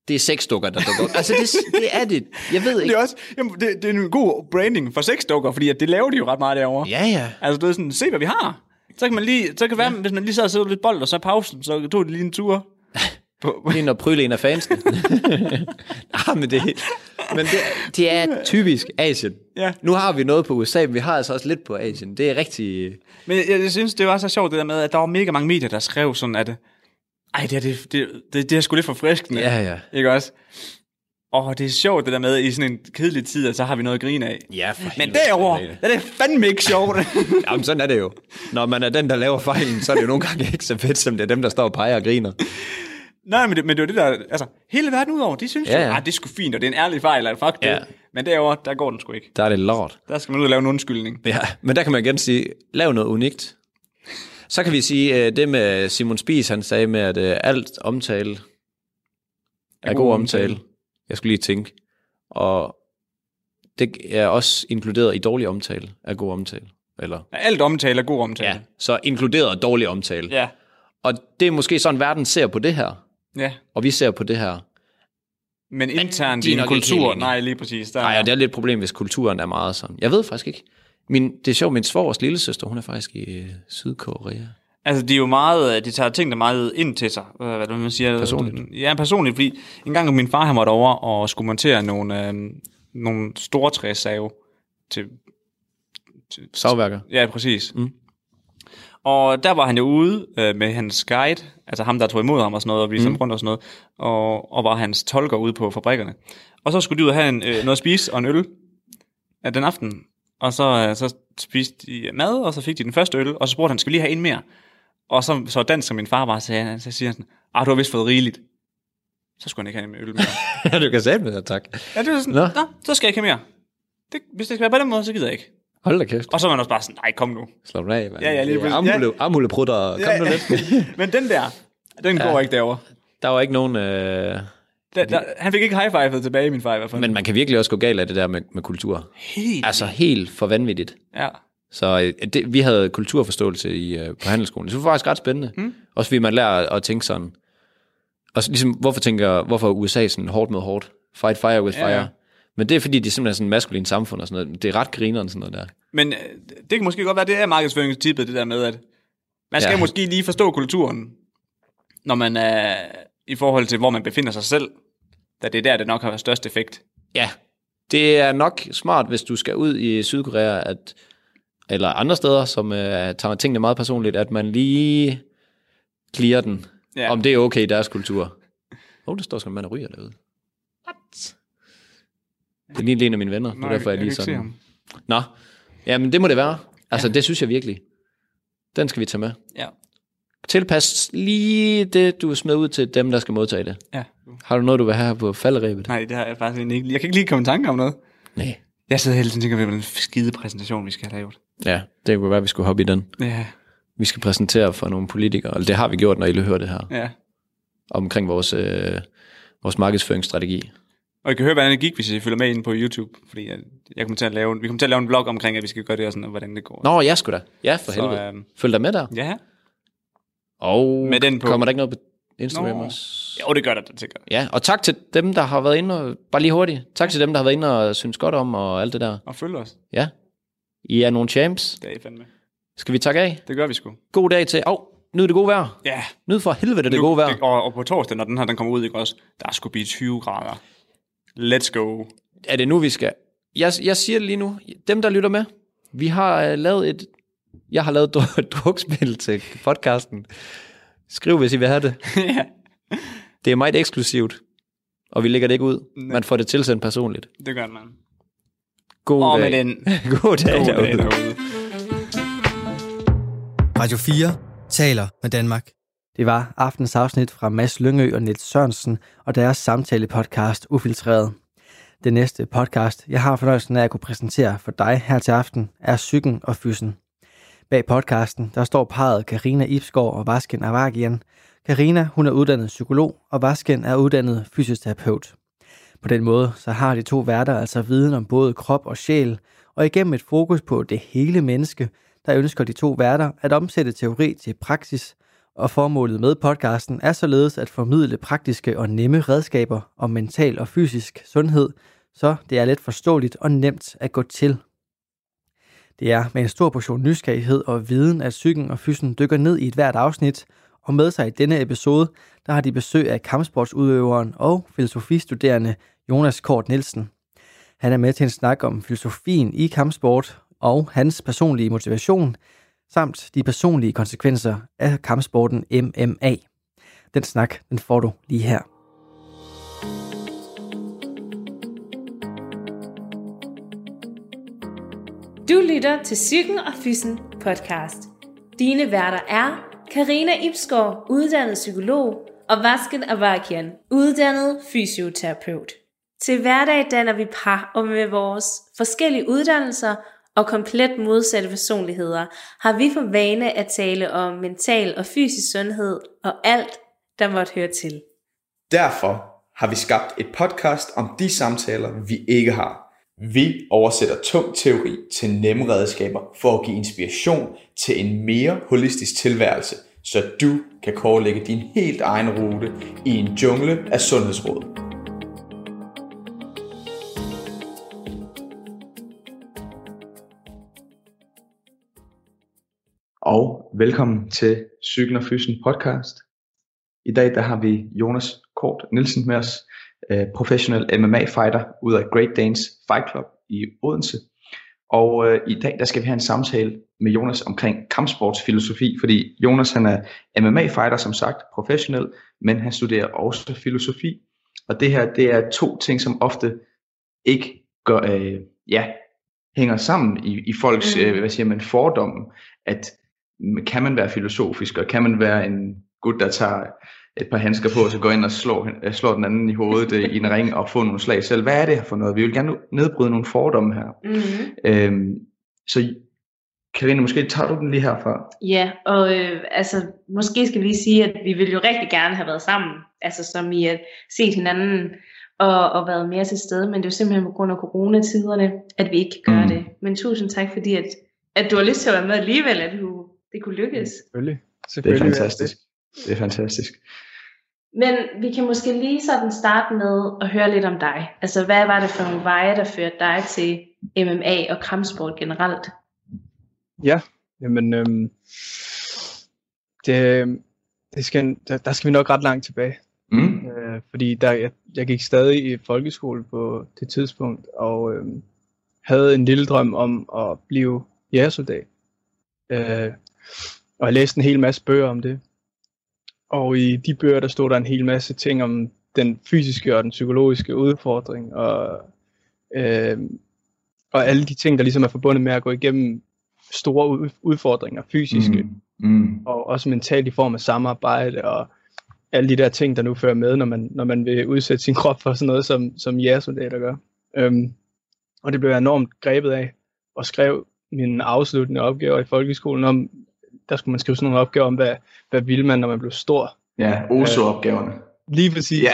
det er sexdukker, der dukker op? Altså, det, det er det. Jeg ved
Det
ikke.
er også, jamen, det, det er en god branding for sexdukker, fordi at det laver de jo ret meget derovre.
Ja, ja.
Altså, det er sådan, se hvad vi har. Så kan man lige, så kan være, hvis man lige sad og sidder lidt bold, og så i pausen, så tog det lige en tur. På,
Lige når pryl en af fansene. ah, men det, men det, det er typisk Asien.
Ja.
Nu har vi noget på USA, men vi har altså også lidt på Asien. Det er rigtig...
Men jeg, jeg synes, det var så sjovt det der med, at der var mega mange medier, der skrev sådan, at ej, det er, det, det, det, det er sgu lidt forfriskende.
Ja, ja.
Ikke også? Og det er sjovt det der med, at i sådan en kedelig tid, at så har vi noget at grine af.
Ja, for
Men derovre, der er det fandme ikke sjovt.
Jamen, sådan er det jo. Når man er den, der laver fejlen, så er det jo nogle gange ikke så fedt, som det er dem, der står og peger og griner.
Nej, men det, men det var det der, altså hele verden udover, de synes
Ja,
ja, ja.
ja.
jo, "Ah, det er sgu fint, og det er en ærlig fejl, eller fuck det.
Ja.
Men derovre, der går den sgu ikke.
Der er det lort.
Der skal man ud og lave en undskyldning.
Ja, men der kan man igen sige, lav noget unikt. Så kan vi sige øh, det med Simon Spies, han sagde med, at øh, alt omtale er god omtale. Jeg skulle lige tænke. Og det er også inkluderet i dårlig omtale er god omtale. Eller,
Alt omtale er god omtale.
ja, så inkluderet dårlig omtale.
Ja.
Og det er måske sådan, verden ser på det her,
ja.
og vi ser på det her.
Men internt
de er
i en
nok ikke helt
kultur,
enige.
nej, lige præcis. Der,
Nej, og det er lidt et problem, hvis kulturen er meget sådan. Jeg ved faktisk ikke. Min, det er sjovt, min svogers lille søster, hun er faktisk i øh, Sydkorea.
Altså, de er jo meget, øh, de tager tingene meget ind til sig, hvad, hvad det, man siger.
Personligt.
Ja, personligt, fordi en gang min far han var derovre og skulle montere nogle, øh, nogle store træsave til, til,
Savværker.
Ja, præcis. Mm. Og der var han jo ude øh, med hans guide, altså ham, der tog imod ham og sådan noget, og viste mm. ham rundt og sådan noget, og, og var hans tolker ude på fabrikkerne. Og så skulle de ud og have en, øh, noget at spise og en øl øh, den aften. Og så, øh, så spiste de mad, og så fik de den første øl, og så spurgte han, skal vi lige have en mere? Og så, så dansk, som min far var, sagde han, så siger han sådan, ah, du har vist fået rigeligt. Så skulle han ikke have en øl mere.
Ja, du kan sætte med dig, tak.
ja, det var sådan,
Nå.
Nå. Nå, så skal jeg ikke have mere. Det, hvis det skal være på den måde, så gider jeg ikke.
Hold da kæft.
Og så var han også bare sådan, nej, kom nu.
Slap den af, mand.
Ja, ja, lige
Det er
præcis.
Armhule, armhuleprutter. Kom nu lidt.
Men den der, den ja. går ikke derover.
Der var ikke nogen... Øh...
Der, der, han fik ikke high-fivet tilbage, min far i hvert fald.
Men man kan virkelig også gå galt af det der med, med kultur.
helt...
Altså helt for vanvittigt.
Ja.
Så øh, det, vi havde kulturforståelse i, øh, på handelsskolen. Det var faktisk ret spændende. Mm. Også fordi man lærer at tænke sådan. Og så ligesom, hvorfor tænker hvorfor er USA sådan hårdt mod hårdt? Fight fire with fire.
ja.
Ja. Men det er fordi, de er simpelthen sådan maskulin samfund og sådan noget. Det er ret grineren sådan noget der.
Men øh, det kan måske godt være, det er markedsføringstippet, det der med, at man skal
Ja.
ja. måske lige forstå kulturen, når man er i forhold til, hvor man befinder sig selv, da det er der, det nok har størst effekt.
Ja, det er nok smart, hvis du skal ud i Sydkorea, at, eller andre steder, som øh, tager tingene meget personligt, at man lige clear den, ja.
Ja.
om det er okay i deres kultur. Åh, oh, der står sådan, at man ryger derude. What? Det er lige en af mine venner, det er derfor, jeg,
kan
lige
ikke se
sådan...
ham.
Nå, jamen det må det være. Altså, ja. det synes jeg virkelig. Den skal vi tage med.
Ja.
Tilpas lige det, du smed ud til dem, der skal modtage det.
ja.
Har du noget, du vil have her på falderæbet?
Nej, det har jeg faktisk egentlig ikke. Jeg kan ikke lige komme i tanke om noget.
Nej.
Jeg sidder hele tiden og tænker, hvilken skide præsentation, vi skal have lavet.
Ja, det kunne være, at vi skulle hoppe i den.
Ja,
vi skal præsentere for nogle politikere, eller det har vi gjort, når I hører det her,
ja.
omkring vores, øh, vores markedsføringsstrategi.
Og I kan høre, hvordan det gik, hvis I følger med inde på YouTube, fordi jeg, jeg kommer til at lave, vi kommer til at lave en vlog omkring, at vi skal gøre det og sådan, og hvordan det går.
Nå, jeg skulle da. Ja, for
Så,
helvede.
øhm,
Følg dig med der.
Ja.
Og
Med den på.
kommer der ikke noget på Instagram
Nå.
også?
Jo, det gør der, det sikkert.
Ja, og tak til dem, der har været inde og... Bare lige hurtigt. Tak til dem, der har været inde og synes godt om og alt det der.
Og følg os.
Ja. I er nogle champs.
Det er I fandme.
Skal vi takke af?
Det gør vi sgu.
God dag til... Åh, oh, nyd det gode vejr.
Ja.
Nyd for helvede det gode vejr.
og, og, på torsdag, når den her den kommer ud, ikke også? Der skulle blive 20 grader. Let's go.
er det nu, vi skal... Jeg, jeg siger det lige nu. Dem, der lytter med, vi har øh, lavet et... Jeg har lavet et drukspil til podcasten. Skriv, hvis I vil have det.
ja,
Det er meget eksklusivt, og vi lægger det ikke ud. Man får det tilsendt personligt.
det gør man.
God
Og
dag.
med den.
God dag.
God dag
derude.
derude.
Radio 4 taler med Danmark.
Det var aftens afsnit fra Mads Lyngø og Niels Sørensen og deres samtale-podcast Ufiltreret. Det næste podcast, jeg har fornøjelsen af at kunne præsentere for dig her til aften, er Psyken og Fyssen. Bag podcasten, der står parret Karina Ibsgaard og Vasken Avagian. Karina, hun er uddannet psykolog, og Vasken er uddannet fysioterapeut. På den måde, så har de to værter altså viden om både krop og sjæl, og igennem et fokus på det hele menneske, der ønsker de to værter at omsætte teori til praksis, og formålet med podcasten er således at formidle praktiske og nemme redskaber om mental og fysisk sundhed, så det er let forståeligt og nemt at gå til. Det er med en stor portion nysgerrighed og viden, at psyken og fysen dykker ned i et hvert afsnit, og med sig i denne episode, der har de besøg af kampsportsudøveren og filosofistuderende Jonas Kort Nielsen. Han er med til en snak om filosofien i kampsport og hans personlige motivation, samt de personlige konsekvenser af kampsporten MMA. Den snak, den får du lige her.
Du lytter til Psyken og Fyssen podcast. Dine værter er Karina Ibsgaard, uddannet psykolog, og Vasken Avakian, uddannet fysioterapeut. Til hverdag danner vi par, og med vores forskellige uddannelser og komplet modsatte personligheder, har vi for vane at tale om mental og fysisk sundhed og alt, der måtte høre til.
Derfor har vi skabt et podcast om de samtaler, vi ikke har. Vi oversætter tung teori til nemme redskaber for at give inspiration til en mere holistisk tilværelse, så du kan kortlægge din helt egen rute i en jungle af sundhedsråd. og velkommen til Psyken og Fysen podcast. I dag der har vi Jonas Kort Nielsen med os, øh, professionel MMA-fighter ud af Great Danes Fight Club i Odense. Og øh, i dag der skal vi have en samtale med Jonas omkring kampsportsfilosofi, fordi Jonas han er MMA-fighter som sagt, professionel, men han studerer også filosofi. Og det her det er to ting, som ofte ikke gør, øh, ja, hænger sammen i, i folks
Mm.
øh, hvad siger man, fordomme, at mm, kan man være filosofisk, og kan man være en gut, der tager et par handsker på, og så går ind og slår, hin- øh, slår den anden i hovedet øh, i en ring og får nogle slag selv. Hvad er det her for noget? Vi vil gerne nedbryde nogle fordomme her.
Mm-hmm.
Øhm, så Karina, måske tager du den lige herfra.
Ja, og øh, altså, måske skal vi lige sige, at vi ville jo rigtig gerne have været sammen, altså som i at set hinanden og, og været mere til stede, men det er jo simpelthen på grund af coronatiderne, at vi ikke kan gøre
Mm.
mm. det. Men tusind tak, fordi at, at du har lyst til at være med alligevel, at du, det kunne lykkes.
Selvfølgelig.
Det er
Selvfølgelig
fantastisk. Det er fantastisk.
Men vi kan måske lige sådan starte med at høre lidt om dig. Altså, hvad var det for nogle veje, der førte dig til MMA og kampsport generelt?
Jamen, øhm, det, øhm, det skal, der, der skal vi nok ret langt tilbage.
Mm.
Øh, fordi der, jeg, jeg gik stadig i folkeskole på det tidspunkt, og øh, havde en lille drøm om at blive jægersoldat. Øh, og jeg læste en hel masse bøger om det. Og i de bøger, der stod der en hel masse ting om den fysiske og den psykologiske udfordring, og, øh, og alle de ting, der ligesom er forbundet med at gå igennem store ud- udfordringer, fysiske
Mm. Mm.
og også mentalt i form af samarbejde og alle de der ting, der nu fører med, når man, når man vil udsætte sin krop for sådan noget, som, som jægersoldater gør. Øhm, og det blev jeg enormt grebet af, og skrev mine afsluttende opgaver i folkeskolen om, der skulle man skrive sådan nogle opgaver om, hvad, hvad ville man, når man blev stor.
Ja, OSO-opgaverne.
Lige præcis.
Ja.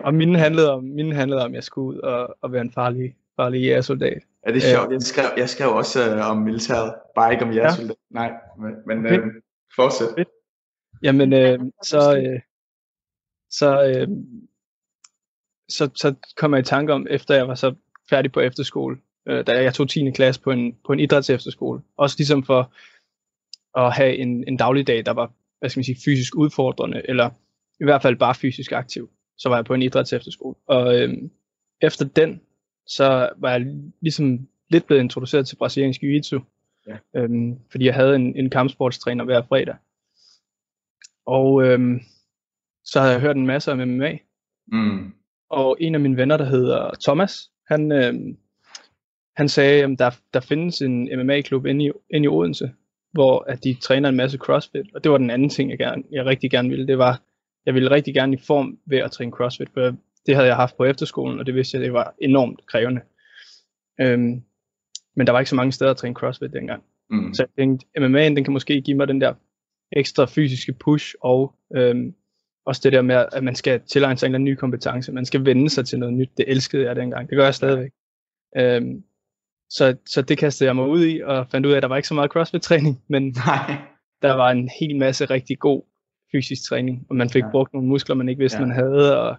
Og mine handlede om, mine handlede om, at jeg skulle ud og, og være en farlig, farlig jægersoldat.
Ja, det er
Ja.
sjovt. Jeg skrev, jeg skrev også øh, om militæret. Bare ikke om jeres Øh. ja. Nej, men, men
Okay.
øh, fortsæt.
Jamen,
Ja,
øh, så, øh, så, øh, så, så kom jeg i tanke om, efter jeg var så færdig på efterskole, øh, da jeg tog 10. klasse på en, på en idrætsefterskole, også ligesom for at have en, en dagligdag, der var hvad skal man sige, fysisk udfordrende, eller i hvert fald bare fysisk aktiv, så var jeg på en idrætsefterskole. Og øh, efter den, så var jeg ligesom lidt blevet introduceret til brasiliansk jiu-jitsu,
Ja.
øhm, fordi jeg havde en, en kampsportstræner hver fredag. Og øhm, så havde jeg hørt en masse om MMA,
Mm.
og en af mine venner, der hedder Thomas, han, øhm, han sagde, at der, der findes en MMA-klub inde i, inde i Odense, hvor at de træner en masse CrossFit, og det var den anden ting, jeg, gerne, jeg rigtig gerne ville, det var, jeg ville rigtig gerne i form ved at træne CrossFit, for jeg- det havde jeg haft på efterskolen, og det vidste jeg, det var enormt krævende. Øhm, men der var ikke så mange steder at træne CrossFit dengang.
Mm.
Så jeg tænkte, MMA'en den kan måske give mig den der ekstra fysiske push, og øhm, også det der med, at man skal tilegne sig en eller anden ny kompetence. Man skal vende sig til noget nyt. Det elskede jeg dengang. Det gør jeg stadigvæk. Øhm, så, så det kastede jeg mig ud i, og fandt ud af, at der var ikke så meget CrossFit-træning, men
Nej.
der var en hel masse rigtig god fysisk træning, og man fik
Ja.
ja. brugt nogle muskler, man ikke vidste,
Ja.
ja. man havde, og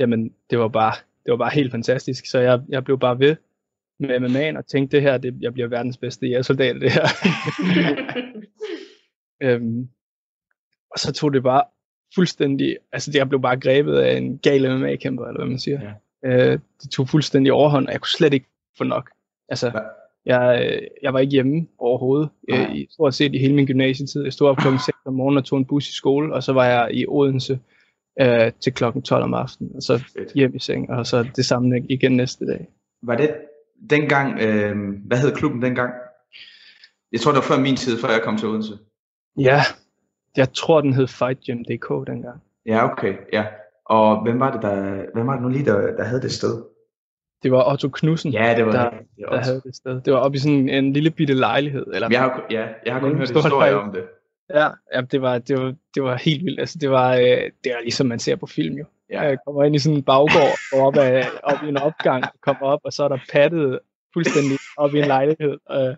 jamen, det var bare, det var bare helt fantastisk, så jeg, jeg blev bare ved med MMA'en og tænkte, det her, det, jeg bliver verdens bedste jægersoldat, det her. Øhm, og så tog det bare fuldstændig, altså det, jeg blev bare grebet af en gal MMA-kæmper, eller hvad man siger. Ja. Øh, det tog fuldstændig overhånd, og jeg kunne slet ikke få nok. Altså,
Hva-
jeg, øh, jeg var ikke hjemme overhovedet,
Nej.
øh, i, stort set i hele min gymnasietid. Jeg stod op klokken 6 om morgenen og tog en bus i skole, og så var jeg i Odense øh, til klokken 12 om aftenen, og så
Fedt.
hjem i seng, og så det samme igen næste dag.
Var det dengang, øh, hvad hed klubben dengang? Jeg tror, det var før min tid, før jeg kom til Odense.
Ja, jeg tror, den hed Fight Gym DK dengang.
Ja, okay, ja. Og hvem var det, der, hvem var det nu lige, der, der havde det sted?
Det var Otto Knudsen,
Ja, det var
Der-
det.
der havde det sted. Det var oppe i sådan en lille bitte lejlighed. Eller
Jeg har, ja, jeg har kun hørt
Stort
historier
fejl.
om det.
Ja, ja det, var, det, var, det var helt vildt. Altså, det, var, øh, det var ligesom man ser på film jo.
Ja.
Jeg Øh, kommer ind i sådan en baggård, går op, af, op i en opgang, kommer op, og så er der pattet fuldstændig op i en lejlighed. Øh,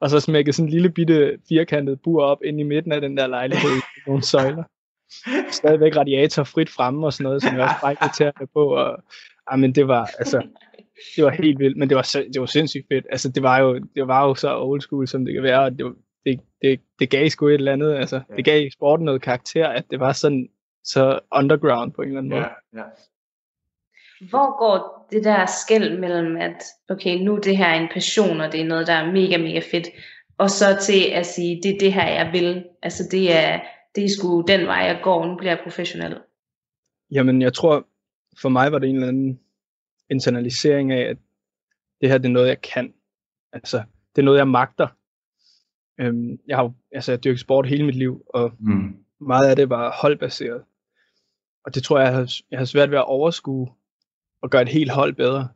og så smækket sådan en lille bitte firkantet bur op ind i midten af den der lejlighed i nogle søjler. Stadigvæk radiator frit fremme og sådan noget, som jeg også brækkede tæerne på. Og, ej, men det var, altså, det var helt vildt, men det var, sin- det var sindssygt fedt. Altså, det var jo, det var jo så old school, som det kan være, og det var, det, det, det gav sgu et eller andet. Altså, ja. Det gav sporten noget karakter, at det var sådan så underground på en eller anden måde.
Ja, ja.
Hvor går det der skæld mellem, at okay, nu er det her en passion, og det er noget, der er mega, mega fedt, og så til at sige, det er det her, jeg vil. Altså det er, det er sgu den vej, jeg går, nu bliver jeg professionel.
Jamen, jeg tror, for mig var det en eller anden internalisering af, at det her det er noget, jeg kan. Altså, det er noget, jeg magter. Øhm, jeg har jo- altså, jeg dyrket sport hele mit liv, og
Mm.
meget af det var holdbaseret. Og det tror jeg, jeg har, jeg har svært ved at overskue og gøre et helt hold bedre,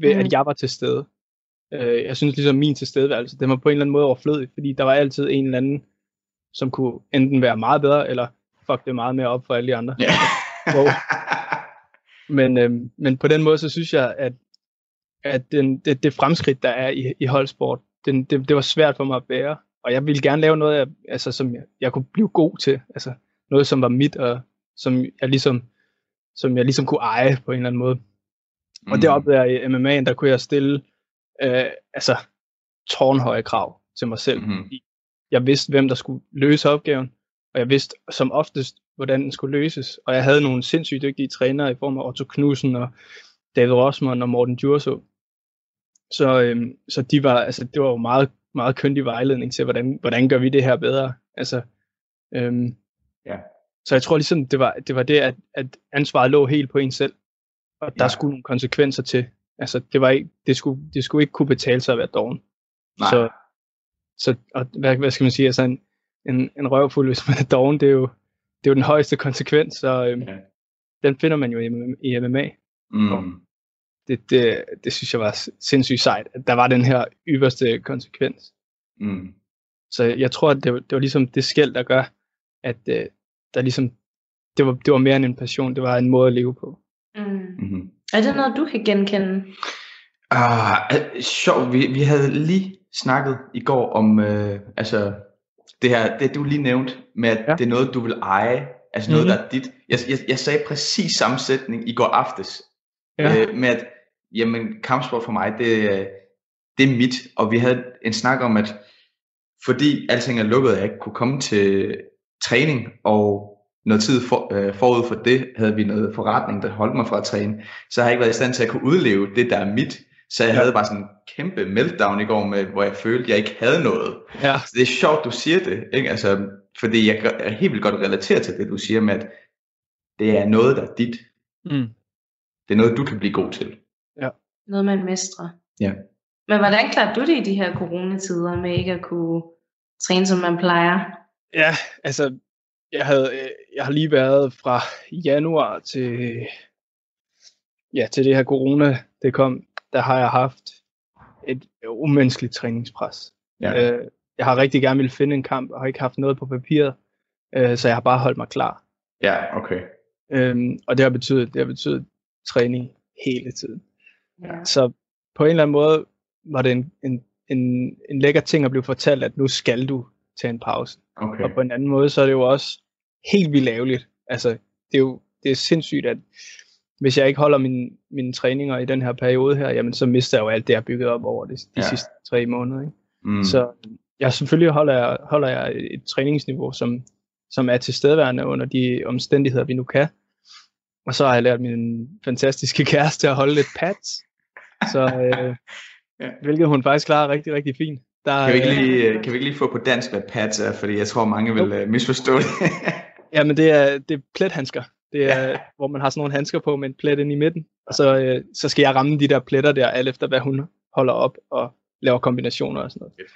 ved mm.
Mhm.
at jeg var til stede. Øh, jeg synes ligesom min tilstedeværelse, den var på en eller anden måde overflødig, fordi der var altid en eller anden, som kunne enten være meget bedre, eller fuck det meget mere op for alle de andre.
Ja.
Wow. Men, øhm, men på den måde, så synes jeg, at, at den, det, det fremskridt, der er i, i holdsport, den, det, det var svært for mig at bære. Og jeg ville gerne lave noget, jeg, altså, som jeg, jeg kunne blive god til. Altså noget, som var mit, og som jeg ligesom, som jeg ligesom kunne eje på en eller anden måde. Mm. Og det oplevede jeg i MMA'en, der kunne jeg stille øh, altså, tårnhøje krav til mig selv.
Mhm.
Jeg vidste, hvem der skulle løse opgaven, og jeg vidste som oftest, hvordan den skulle løses. Og jeg havde nogle sindssygt dygtige trænere i form af Otto Knudsen og David Rosman og Morten Djurså. Så, øhm, så de var, altså, det var jo meget, meget køndig vejledning til, hvordan, hvordan gør vi det her bedre. Altså, øhm,
Ja.
Så jeg tror ligesom, det var det, var det at, at ansvaret lå helt på en selv. Og der
Ja.
ja. skulle nogle konsekvenser til. Altså, det, var ikke, det, skulle, det skulle ikke kunne betale sig at være doven.
Nej.
Så, så og hvad, hvad skal man sige, altså en, en, en røvfuld, hvis man er doven, det er jo, det er jo den højeste konsekvens, så øhm,
Ja.
ja. den finder man jo i, MMA i MMA.
Mm.
Det, det, det synes jeg var s- sindssygt sejt, at der var den her yderste konsekvens.
Mm.
Så jeg tror, at det, var- det var ligesom det skæld, der gør, at øh, der ligesom, det var, det var mere end en passion, det var en måde at leve på.
Mm.
Mm.
Er det noget, du kan genkende?
Ah, øh, sjovt. Vi, vi havde lige snakket i går om, øh, altså, det her, det du lige nævnte, med at ja.
Ja.
det er noget, du vil eje, altså noget, der er dit. Jeg, jeg, jeg sagde præcis samme sætning i går aftes, ja. øh, med at, jamen, kampsport for mig, det, øh, det er mit, og vi havde en snak om, at fordi alting er lukket, og jeg ikke kunne komme til træning, og noget tid for, øh, forud for det, havde vi noget forretning, der holdt mig fra at træne, så har jeg ikke været i stand til at kunne udleve det, der er mit. Så jeg ja. havde bare sådan en kæmpe meltdown i går, med, hvor jeg følte, at jeg ikke havde noget.
ja.
Så det er sjovt, du siger det, ikke? Altså, fordi jeg kan- jeg helt vildt godt relatere til det, du siger med, at det er noget, der er dit.
Mm.
Det er noget, du kan blive god til.
Noget, man mestrer?
Ja.
Men hvordan klarer du det i de her coronatider med ikke at kunne træne, som man plejer?
Ja, altså, jeg, havde, øh, jeg har lige været fra januar til, ja, til det her corona, det kom, der har jeg haft et umenneskeligt træningspres.
Ja.
Øh, jeg har rigtig gerne ville finde en kamp, og har ikke haft noget på papiret, øh, så jeg har bare holdt mig klar.
Ja, okay.
Øh, og det har betydet, det har betydet træning hele tiden.
Ja.
Så på en eller anden måde var det en, en, en, en lækker ting at blive fortalt, at nu skal du tage en pause.
Okay.
Og på en anden måde, så er det jo også helt vildt ærgerligt. Altså, det er jo det er sindssygt, at hvis jeg ikke holder mine, mine træninger i den her periode her, jamen så mister jeg jo alt det, jeg har bygget op over de, de
Ja.
ja. sidste tre måneder. Ikke?
Mm.
Mm. Så jeg selvfølgelig holder jeg, holder jeg et træningsniveau, som, som er tilstedeværende under de omstændigheder, vi nu kan. Og så har jeg lært min fantastiske kæreste at holde lidt pads. Så, øh,
Ja.
ja. hvilket hun faktisk klarer rigtig, rigtig fint. Der,
Kan vi, ikke
øh,
lige, kan vi ikke lige få på dansk, hvad pads er? Fordi jeg tror, mange vil øh, misforstå det.
Jamen, det er, det er plethandsker. Det er, ja. hvor man har sådan nogle handsker på med en plet ind i midten. Og så, øh, så skal jeg ramme de der pletter der, alt efter hvad hun holder op og laver kombinationer og sådan noget.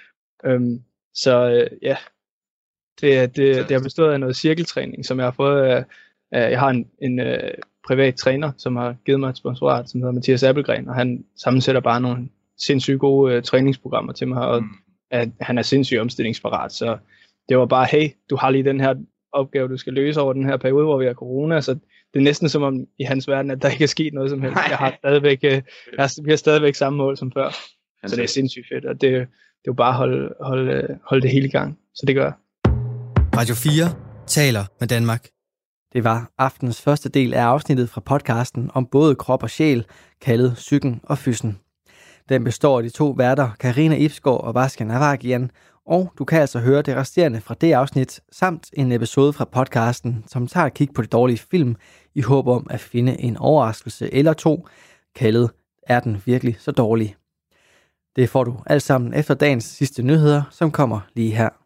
Øhm, så øh, ja, det, er- det, det har bestået af noget cirkeltræning, som jeg har fået af, af jeg har en, en øh, privat træner, som har givet mig et sponsorat, som hedder Mathias Appelgren, og han sammensætter bare nogle sindssygt gode øh, træningsprogrammer til mig, og
Mm.
at han er sindssygt omstillingsparat, så det var bare, hey, du har lige den her opgave, du skal løse over den her periode, hvor vi har corona, så det er næsten som om i hans verden, at der ikke er sket noget som helst.
Nej.
Jeg har stadigvæk, øh, jeg har, vi har stadigvæk samme mål som før, så det er sindssygt fedt, og det, det er jo bare at holde, holde, øh, holde det hele i gang, så det gør jeg.
Radio 4 taler med Danmark.
Det var aftens første del af afsnittet fra podcasten om både krop og sjæl, kaldet Psyken og Fyssen. Den består af de to værter, Karina Ipsgaard og Vaskan Avagian, Og du kan altså høre det resterende fra det afsnit, samt en episode fra podcasten, som tager et kig på de dårlige film, i håb om at finde en overraskelse eller to, kaldet Er den virkelig så dårlig? Det får du alt sammen efter dagens sidste nyheder, som kommer lige her.